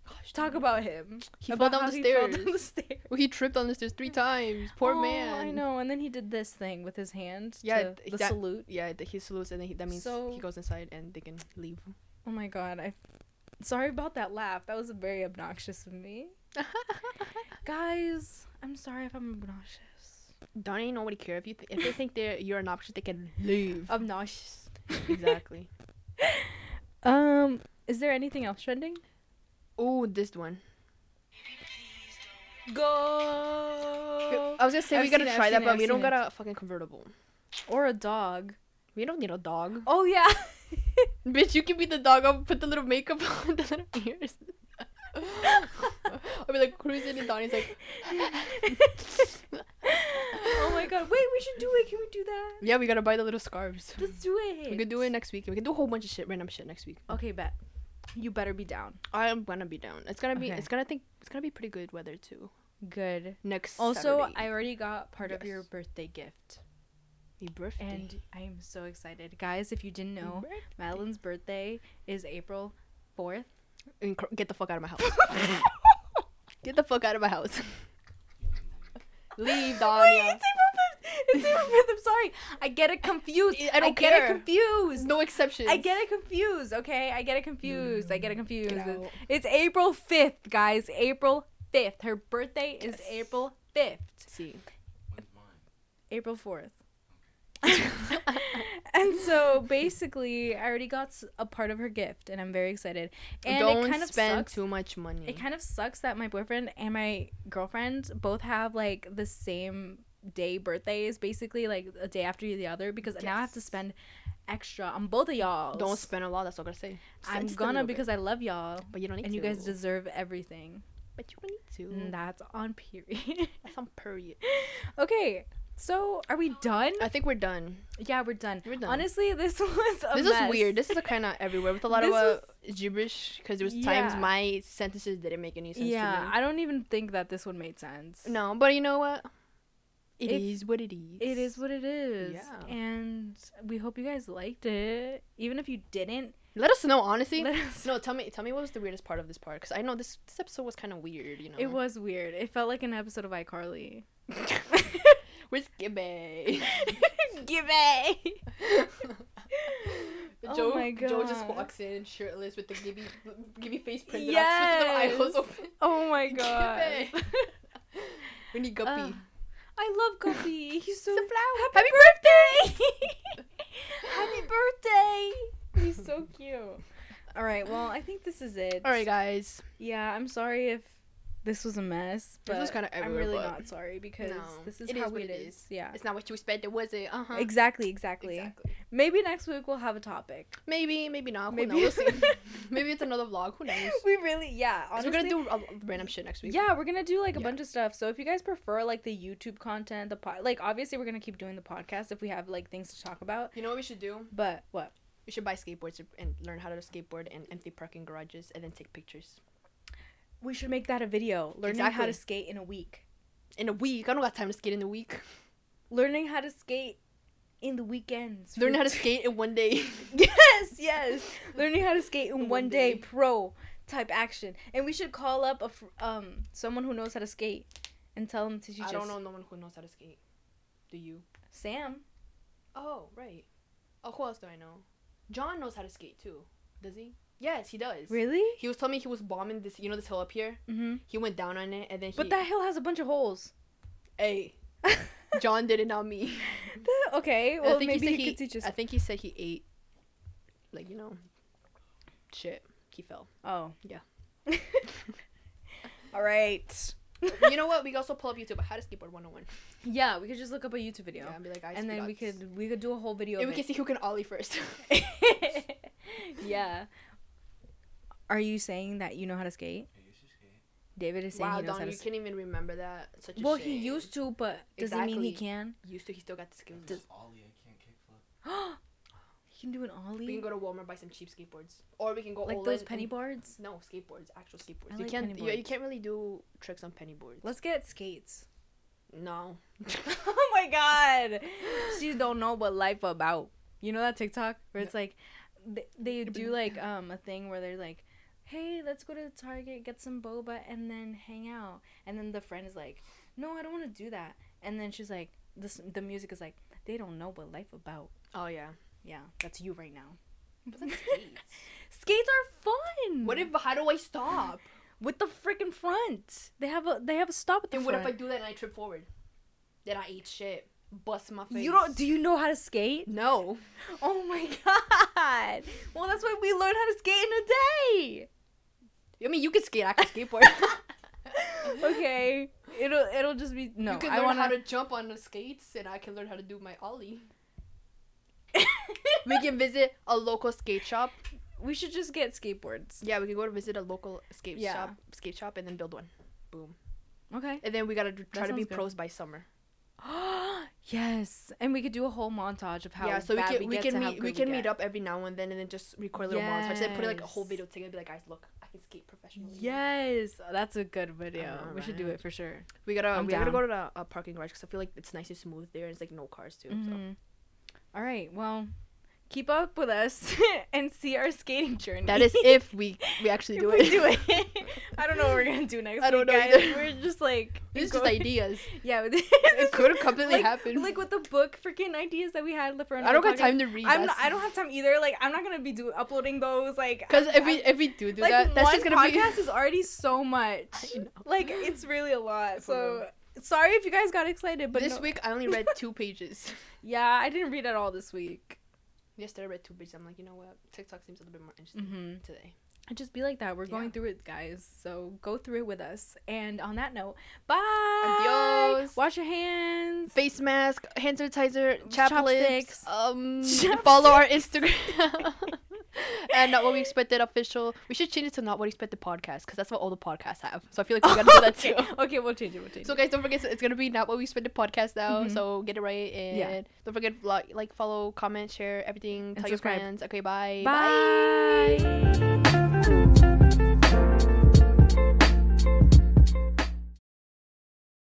A: Gosh,
B: talk about him.
A: He fell
B: about
A: down
B: how
A: the
B: he fell
A: stairs.
B: down the stairs.
A: Well, he tripped on the stairs three times. Poor
B: Oh,
A: man.
B: I know. And then he did this thing with his hand.
A: Yeah,
B: to
A: th-
B: the
A: that-
B: salute.
A: Yeah, th- he salutes and then he, that means
B: So-
A: he goes inside and they can leave.
B: Oh my god. I. Sorry about that laugh. That was very obnoxious of me. Guys, I'm sorry if I'm obnoxious.
A: Don't ain't nobody care if you th- if they think they're you're an obnoxious, they can leave.
B: Obnoxious.
A: exactly.
B: um. Is there anything else trending?
A: Oh, this one.
B: Go.
A: I was gonna say
B: I've
A: we gotta
B: seen it, I've
A: try that,
B: seen it,
A: but
B: I've
A: we don't
B: seen it.
A: got a fucking convertible.
B: Or a dog.
A: We don't need a dog.
B: Oh yeah.
A: Bitch, you can be the dog. I'll put the little makeup on the little ears. I'll be like cruising, and Donnie's like,
B: oh my god. Wait, we should do it. Can we do that?
A: yeah, we gotta buy the little scarves.
B: Let's do it.
A: We could do it next week. We could do a whole bunch of shit, random shit next week.
B: Okay, bet. You better be down.
A: I'm gonna be down. It's gonna be.
B: Okay.
A: It's gonna think. It's gonna be pretty good weather too.
B: Good.
A: Next.
B: Also,
A: Saturday.
B: I already got part of your
A: Yes.
B: birthday gift.
A: Your birthday.
B: And I am so excited. Guys, if you didn't
A: Your
B: know,
A: birth-
B: Madeline's birthday is April 4th.
A: And cr- get the fuck out of my house. get the fuck out of my house. Leave,
B: Wait,
A: Danya.
B: it's April 5th. It's April 5th. I'm sorry. I get it confused.
A: I
B: I,
A: don't
B: get
A: care.
B: it confused.
A: no exceptions.
B: I get it confused, okay? I get it confused. I Mm, get it confused.
A: Get out.
B: It's April 5th, guys. April 5th. Her birthday is
A: Yes.
B: April 5th.
A: See.
C: When's mine?
B: April 4th. and so basically, I already got s- a part of her gift, and I'm very excited. And
A: Don't
B: it kind of
A: spend
B: sucks.
A: too much money.
B: it kind of sucks that my boyfriend and my girlfriend both have like the same day birthdays, basically like a day after the other, because now I have to
A: Yes.
B: spend extra on both of y'all.
A: Don't spend a lot. That's all I'm gonna say. Spend
B: I'm
A: just a little
B: gonna
A: bit.
B: because I love y'all,
A: But you Mm-hmm. don't need
B: and
A: to.
B: you guys Mm, deserve everything.
A: But you don't need to.
B: And that's on period.
A: That's on period.
B: okay. So, are we done?
A: I think we're done.
B: Yeah, we're done.
A: We're done.
B: Honestly, this was a
A: this
B: mess.
A: is weird. This is a kind of everywhere with a lot of
B: This
A: uh, gibberish because there was times
B: Yeah.
A: my sentences didn't make any sense
B: yeah,
A: to me.
B: I don't even think that this one made sense.
A: No, but you know what? It
B: If-
A: is what it is.
B: It is what it is.
A: Yeah.
B: And we hope you guys liked it. Even if you didn't,
A: Let us know, honestly.
B: let us
A: no, tell me, tell me what was the weirdest part of this part? Because I know this this episode was kind of weird. You know,
B: It was weird. It felt like an episode of iCarly.
A: Where's Gibby?
B: Giveaway. Oh
A: Joe,
B: my
A: Joe just
B: God.
A: walks in shirtless with the Gibby Gibby face printed up, with the
B: Yes.
A: little eye holes open.
B: Oh my god.
A: Giveaway. We need Guppy.
B: Uh, I love Guppy. He's so
A: It's a flower.
B: Happy birthday! Happy birthday! He's so cute. All right, well, I think this is it.
A: All right, guys.
B: Yeah, I'm sorry if this was a mess, but
A: This was kinda
B: I'm
A: everywhere,
B: really
A: but-
B: not sorry because
A: No,
B: this is
A: it
B: how
A: is what
B: it
A: it
B: is. Yeah.
A: It's not what you expected, was it? Uh huh.
B: Exactly, exactly,
A: Exactly.
B: Maybe next week we'll have a topic.
A: Maybe, maybe not.
B: Maybe-
A: Maybe Oh, we'll see. maybe it's another vlog. Who knows?
B: We really, yeah.
A: 'Cause
B: Honestly,
A: we're gonna do a, a random shit next week.
B: Yeah, we're gonna do like a
A: Yeah.
B: bunch of stuff. So if you guys prefer like the YouTube content, the pod, like obviously we're gonna keep doing the podcast if we have like things to talk about.
A: You know what we should do?
B: But what?
A: We should buy skateboards and learn how to skateboard in empty parking garages and then take pictures.
B: We should make that a video. Learning how
A: Exactly.
B: to skate in a week.
A: In a week, I don't got time to skate in a week.
B: Learning how to skate in the weekends.
A: Learn how to
B: for-
A: skate in one day.
B: Yes, yes. Learning how to skate in one, day.
A: day.
B: pro type action. And we should call up a fr- um someone who knows how to skate and tell them to teach
A: I
B: us.
A: don't know no one who knows how to skate. Do you?
B: Sam.
A: Oh, right. Oh, who else do I know? John knows how to skate too. Does he? Yes, he does.
B: Really?
A: He was telling me he was bombing this, you know, this hill up here.
B: Mm-hmm.
A: He went down on it and then he.
B: But that hill has a bunch of holes.
A: Hey, John did it, not me.
B: The- okay, well maybe he, could teach us.
A: I think he said he ate, like you know, shit. He fell.
B: oh
A: Yeah.
B: All right.
A: you know what? We could also pull up YouTube. How to skateboard 101.
B: Yeah, we could just look up a YouTube video,
A: Yeah, and be like, I
B: and then
A: speed
B: we
A: ups.
B: could we could do a whole video.
A: And
B: of
A: we can see who can ollie first.
B: it. yeah. Are you saying that you know how to skate?
C: I used to skate.
B: David is saying
A: wow,
B: he knows
A: Don,
B: how to
A: you
B: skate.
A: can't even remember that. Such a
B: Well,
A: shame.
B: he used to, but does it mean he
A: Exactly.
B: can?
A: Used to. He still got the skills.
C: I'm just ollie. I can't kickflip.
B: he can do an ollie.
A: We can go to Walmart buy some cheap skateboards, or we can go
B: like
A: all
B: those
A: in
B: penny
A: and-
B: boards.
A: No, skateboards, actual skateboards.
B: I
A: you
B: like
A: can't.
B: penny
A: Yeah, you
B: boards.
A: can't really do tricks on penny boards.
B: Let's get skates.
A: no.
B: oh my god, she don't know what life about. You know that TikTok where it's like they, they do like um a thing where they're like, hey, let's go to Target get some boba and then hang out. And then the friend is like, no, I don't want to do that. And then she's like, this the music is like, they don't know what life about.
A: Oh yeah.
B: Yeah, that's you right now.
A: But that's skates.
B: Skates are fun.
A: what if? How do I stop?
B: with the freaking front. They have a they have a stop at the
A: And what
B: front.
A: if I do that and I trip forward? Then I eat shit, bust my face.
B: you don't do you know how to skate?
A: No.
B: Oh my god. Well, that's why we learn how to skate in a day.
A: I mean, you can skate. I can skateboard.
B: okay. It'll it'll just be no.
A: you can
B: I
A: learn
B: want
A: how to jump on the skates, and I can learn how to do my ollie. We can visit a local skate shop.
B: we should just get skateboards.
A: Yeah, we can go to visit a local skate
B: Yeah.
A: shop, skate shop, and then build one. Boom.
B: Okay.
A: And then we gotta d- try to be
B: sounds good.
A: pros by summer.
B: yes. And we could do a whole montage of how
A: yeah, so we
B: bad
A: can
B: we,
A: we,
B: get
A: can
B: to how
A: meet
B: good we
A: we can meet
B: get.
A: up every now and then and then just record little montages and put like a whole
B: Yes.
A: video together. Be like, guys, look, I can skate professionally.
B: Yes, that's a good video.
A: know,
B: we should do
A: right?
B: it for sure.
A: we gotta
B: I'm
A: we gotta
B: down.
A: go to the uh, parking garage because I feel like it's nice and smooth there and it's like no cars too. So.
B: Mhm. All right. Well, keep up with us and see our skating journey.
A: That is if we we actually
B: If
A: do
B: we
A: it.
B: do it. I don't know what we're gonna do next.
A: I
B: week,
A: don't know
B: guys.
A: either.
B: We're just like
A: This is
B: go-
A: just ideas.
B: Yeah, it
A: It could have completely
B: like,
A: happened.
B: Like with the book freaking ideas that we had for
A: I don't
B: another
A: got
B: podcast.
A: time to read.
B: I'm not, I don't have time either. Like I'm not gonna be do- uploading those. Like
A: because
B: I'm-
A: if we
B: I'm-
A: if we do do
B: like
A: that, that's
B: one
A: just gonna
B: podcast is already so much.
A: be. I know.
B: Like it's really a lot.
A: For
B: So sorry if you guys got excited, but
A: this
B: no-
A: week I only read two pages.
B: yeah, I didn't read at all this week.
A: Yesterday I read two pages. I'm like, you know what? TikTok seems a little bit more interesting
B: Mm-hmm.
A: today.
B: I just be like that. We're going
A: Yeah.
B: through it, guys. So go through it with us. And on that note, bye.
A: Adios.
B: Wash your hands.
A: face mask, hand sanitizer,
B: Chopsticks.
A: chapsticks. Um,
B: Chopsticks.
A: follow our Instagram. and not what we expected official. We should change it to not what we expected podcast because that's what all the podcasts have. So I feel like we gotta do that
B: okay.
A: too.
B: Okay, we'll change it. We'll change
A: So
B: it.
A: guys, don't forget it's gonna be not what we expected podcast now.
B: Mhm.
A: So get it right and
B: Yeah.
A: don't forget like, like, follow, comment, share everything. Tell your
B: subscribe.
A: friends. Okay, bye.
B: Bye.